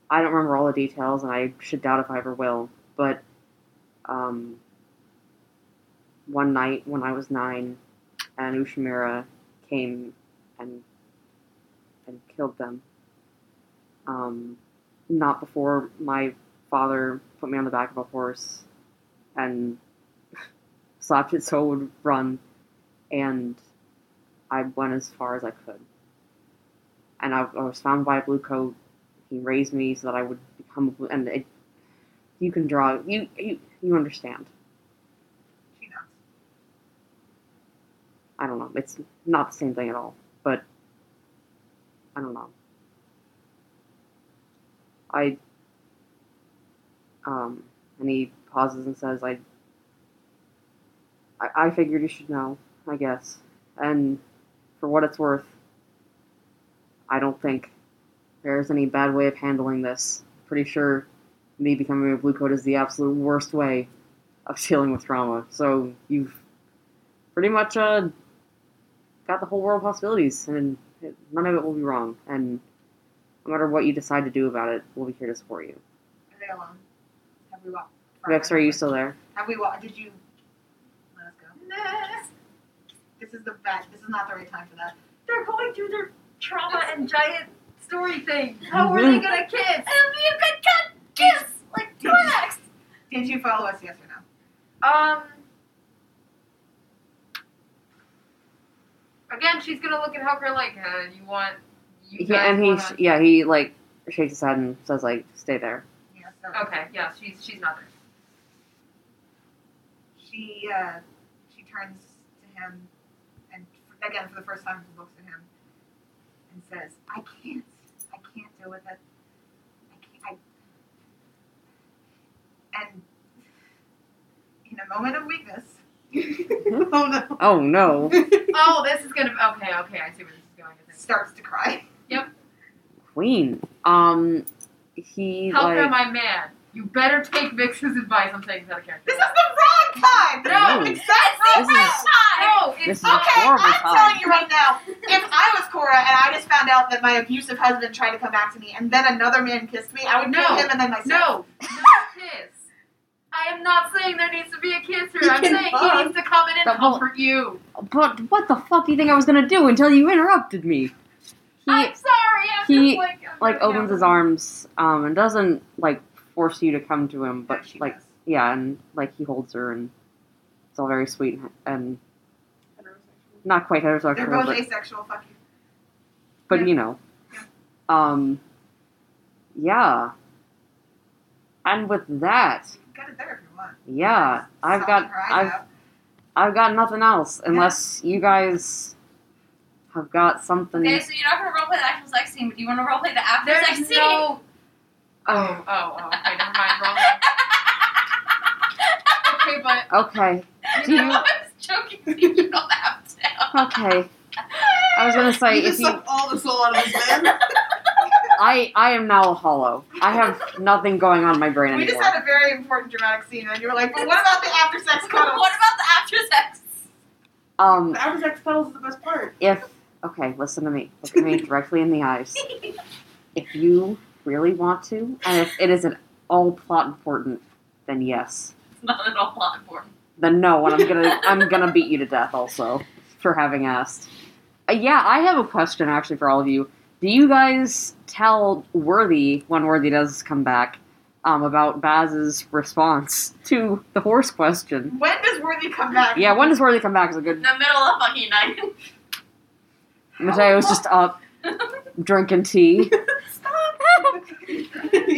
Speaker 2: I don't remember all the details, and I should doubt if I ever will. But um, one night when I was nine, and Ushimura came and and killed them. Um, not before my father put me on the back of a horse and slapped it so it would run, and I went as far as I could. And I, I was found by a blue coat. He raised me so that I would become a blue. And it, you can draw. You you you understand.
Speaker 6: She knows.
Speaker 2: I don't know. It's not the same thing at all, but I don't know. I um and he pauses and says, I I, I figured you should know, I guess. And for what it's worth, I don't think there's any bad way of handling this. Pretty sure me becoming a blue coat is the absolute worst way of dealing with trauma. So you've pretty much uh, got the whole world of possibilities, and it- none of it will be wrong. And no matter what you decide to do about it, we'll be here to support you.
Speaker 6: Are they alone? Have we walked?
Speaker 2: Vex, are you still there?
Speaker 6: Have we walked? Did you let us go? This is the best. This is not the right time for that.
Speaker 10: They're going through their trauma and giant story thing. How are
Speaker 2: Mm-hmm.
Speaker 10: they gonna kiss? It'll be a good cut kiss, like
Speaker 6: Did-
Speaker 10: Kleenex.
Speaker 6: Did you follow us? Yes or no?
Speaker 7: Um. Again, she's gonna look at Helker like, uh, "You want you
Speaker 2: He,
Speaker 7: guys
Speaker 2: and he,
Speaker 7: wanna-
Speaker 2: yeah, he like shakes his head and says, like, stay there.
Speaker 6: Yes. So
Speaker 7: Okay, yeah, she's she's not there.
Speaker 6: She uh, she turns to him, and f- again for the first time looks at him, and says, "I can't. I can't deal with it. I can't." I... And in a moment of weakness,
Speaker 5: oh no.
Speaker 2: Oh no!
Speaker 7: oh, this is gonna. Okay, okay, I see where this is going. I think.
Speaker 6: starts to cry.
Speaker 2: Queen. Um, he
Speaker 7: Helker,
Speaker 2: like
Speaker 7: my man, you better take Vix's advice on things out of character.
Speaker 6: This is the wrong time.
Speaker 2: No.
Speaker 6: It's
Speaker 2: This is-
Speaker 6: the wrong time.
Speaker 7: no,
Speaker 2: this
Speaker 7: it's
Speaker 2: is a
Speaker 6: Okay,
Speaker 2: horrible
Speaker 6: I'm
Speaker 2: time.
Speaker 6: telling you right now, if I was Cora and I just found out that my abusive husband tried to come back to me and then another man kissed me, I would
Speaker 7: No.
Speaker 6: kill him and then myself.
Speaker 7: No, no kiss. I am not saying there needs to be a kiss here.
Speaker 5: You
Speaker 7: I'm
Speaker 5: can
Speaker 7: saying he
Speaker 5: hug.
Speaker 7: needs to come in and
Speaker 2: The whole-
Speaker 7: comfort you.
Speaker 2: But what the fuck do you think I was gonna do until you interrupted me? He
Speaker 7: I'm sorry. I'm
Speaker 2: he,
Speaker 7: just like I'm
Speaker 2: like
Speaker 7: gonna
Speaker 2: opens
Speaker 7: go.
Speaker 2: his arms um and doesn't like force you to come to him, but
Speaker 6: Yeah, she
Speaker 2: like
Speaker 6: does.
Speaker 2: yeah, and like he holds her and it's all very sweet and, and not quite
Speaker 6: They're
Speaker 2: heterosexual,
Speaker 6: both
Speaker 2: but,
Speaker 6: asexual, fuck you.
Speaker 2: but you know, um, yeah. And with that,
Speaker 6: You can cut it there if you want.
Speaker 2: yeah, I've
Speaker 6: Sobbing
Speaker 2: got
Speaker 6: her eyes
Speaker 2: I've
Speaker 6: out.
Speaker 2: I've got nothing else unless you guys have got something.
Speaker 4: Okay, so you're not gonna roleplay the actual sex scene, but you want to roleplay the after sex
Speaker 7: There's
Speaker 4: scene.
Speaker 7: no. Oh, oh, oh. Okay, never mind. Wrong. one. okay, but
Speaker 2: Okay. Do
Speaker 4: No,
Speaker 2: you,
Speaker 4: I was joking. so You don't have to.
Speaker 2: okay. I was gonna say
Speaker 5: You
Speaker 2: if
Speaker 5: just
Speaker 2: you
Speaker 5: sucked all the soul out of this man.
Speaker 2: I I am now hollow. I have nothing going on in my brain
Speaker 6: We
Speaker 2: anymore.
Speaker 6: just had a very important dramatic scene, and you were like, but what about the after sex cuddle?
Speaker 4: What about the after sex?
Speaker 2: um,
Speaker 5: The after sex pedals is the best part.
Speaker 2: if okay, listen to me. Look at me directly in the eyes. If you really want to, and if it is at all plot important, then yes.
Speaker 4: It's not at all plot important.
Speaker 2: Then no, and I'm gonna I'm gonna beat you to death also for having asked. Uh, yeah, I have a question actually for all of you. Do you guys tell Worthy when Worthy does come back um, about Baz's response to the horse question?
Speaker 6: When does Worthy come back?
Speaker 2: Yeah, when does Worthy come back is a
Speaker 4: In
Speaker 2: good.
Speaker 4: the middle of fucking night.
Speaker 2: Mateo's just up drinking tea.
Speaker 6: You did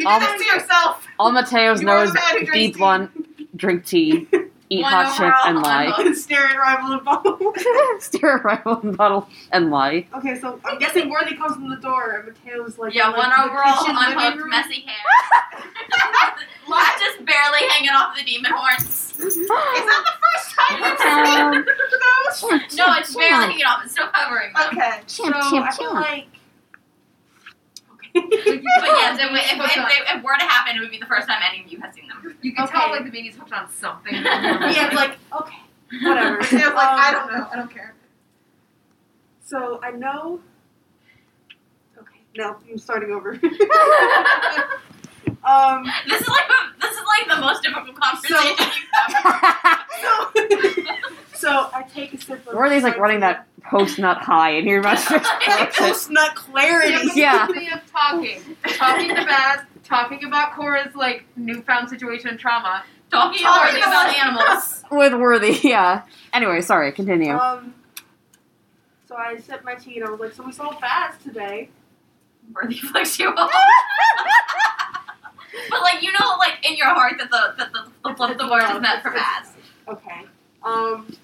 Speaker 2: I'll-
Speaker 6: that to yourself.
Speaker 2: All Mateo's
Speaker 6: You are
Speaker 2: knows
Speaker 6: the man who drinks
Speaker 2: be
Speaker 6: tea.
Speaker 2: blunt, drink tea, eat
Speaker 4: One
Speaker 2: hot shit,
Speaker 4: overall,
Speaker 2: and
Speaker 4: one
Speaker 2: lie.
Speaker 4: vote.
Speaker 5: Staring rival and bottle.
Speaker 2: Stare at rifle and bottle and lie.
Speaker 5: Okay, so I'm guessing Worthy comes in the door and Mateo's like,
Speaker 4: Yeah,
Speaker 5: in,
Speaker 4: one
Speaker 5: like, the
Speaker 4: overall,
Speaker 5: kitchen living
Speaker 4: unhooked,
Speaker 5: room.
Speaker 4: messy hair. just barely hanging off the demon horns.
Speaker 6: It's not the first time I've
Speaker 1: Um,
Speaker 6: seen those.
Speaker 1: champ,
Speaker 4: No, it's
Speaker 1: champ,
Speaker 4: barely hanging off. It's still covering them.
Speaker 6: Okay.
Speaker 1: Champ,
Speaker 5: so
Speaker 1: champ,
Speaker 5: I feel
Speaker 1: champ.
Speaker 5: like
Speaker 4: But yes, it, would- if, if, they- if it were to happen, it would be the first time any of you has seen them.
Speaker 7: You can tell
Speaker 5: Okay.
Speaker 7: like the baby's hooked on something.
Speaker 5: yeah, it's like okay, whatever.
Speaker 6: It was like, I
Speaker 5: Um,
Speaker 6: don't know. I don't care.
Speaker 5: So I know. Okay, no, I'm starting over. um,
Speaker 4: This is like the- this is like the most difficult conversation you've ever.
Speaker 5: so, so I take a sip of.
Speaker 2: Worthy's like running that post nut high, and you're about to just
Speaker 5: post nut clarity.
Speaker 2: Yeah.
Speaker 7: Way of talking, talking about, talking about Cora's like newfound situation and trauma.
Speaker 4: Talking,
Speaker 7: Talking
Speaker 4: about
Speaker 7: about
Speaker 4: animals.
Speaker 2: with Worthy. Yeah. Anyway, sorry. Continue.
Speaker 5: Um. So I sip my tea and I was like, so we saw Baz today.
Speaker 4: Worthy flicks you off. but like you know, like in your heart that the that the the, the, the word is meant for Baz.
Speaker 5: Okay. Um.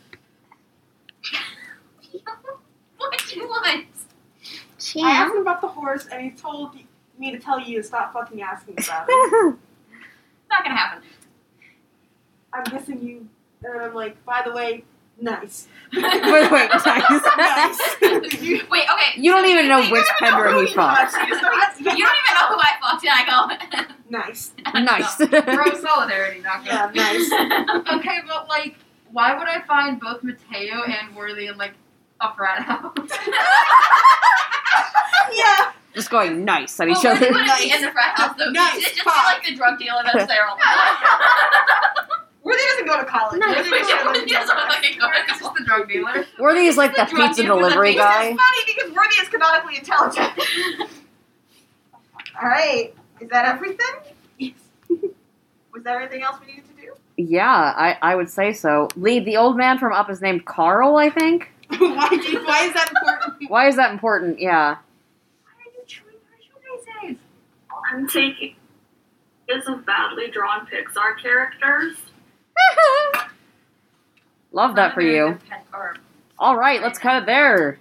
Speaker 4: what do you want?
Speaker 5: I
Speaker 1: champ.
Speaker 5: asked him about the horse and he told me to tell you to stop fucking asking about it.
Speaker 4: Oh. Not gonna happen.
Speaker 5: I'm guessing you. And I'm like, by the way, nice.
Speaker 2: Wait, wait,
Speaker 5: Nice.
Speaker 4: Wait, okay.
Speaker 2: You don't
Speaker 4: so
Speaker 2: even know
Speaker 4: think
Speaker 2: which
Speaker 4: I don't know
Speaker 2: Pedro he
Speaker 4: who
Speaker 2: fucked.
Speaker 4: You don't even know who I fucked, and I go.
Speaker 5: Nice.
Speaker 2: Nice.
Speaker 7: Bro, solidarity, not good.
Speaker 5: Yeah, nice.
Speaker 7: Okay, but like, why would I find both Mateo and Worthy in like a frat house?
Speaker 5: yeah.
Speaker 2: just going nice at each
Speaker 4: well,
Speaker 2: other.
Speaker 4: Worthy wouldn't be in the frat house, though.
Speaker 5: Nice
Speaker 4: She'd just be
Speaker 5: fuck.
Speaker 4: like the drug dealer that's there all the time.
Speaker 6: Worthy doesn't go to college. Worthy
Speaker 4: Which
Speaker 6: doesn't go to
Speaker 4: one doesn't look like a
Speaker 7: Worthy's just the drug dealer.
Speaker 2: Worthy is like that
Speaker 4: Drug
Speaker 2: pizza
Speaker 4: dealer with a
Speaker 2: delivery
Speaker 4: pizza
Speaker 2: guy.
Speaker 6: It's funny because Worthy is canonically intelligent. All right. Is that everything? Yes. Was there anything else we needed to do?
Speaker 2: Yeah, I, I would say so. Lee, the old man from Up is named Carl, I think.
Speaker 5: why, do you, why is that important?
Speaker 2: Why is that important? Yeah.
Speaker 6: Why are you chewing our shoelaces?
Speaker 9: I'm taking is of badly drawn Pixar characters.
Speaker 2: Love that for you. All right, let's cut it there.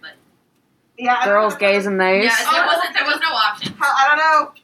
Speaker 6: Yeah. I don't
Speaker 2: Girls,
Speaker 6: know.
Speaker 2: gays, and theys.
Speaker 4: Yes, there wasn't. There was no option.
Speaker 6: Hell, I don't know.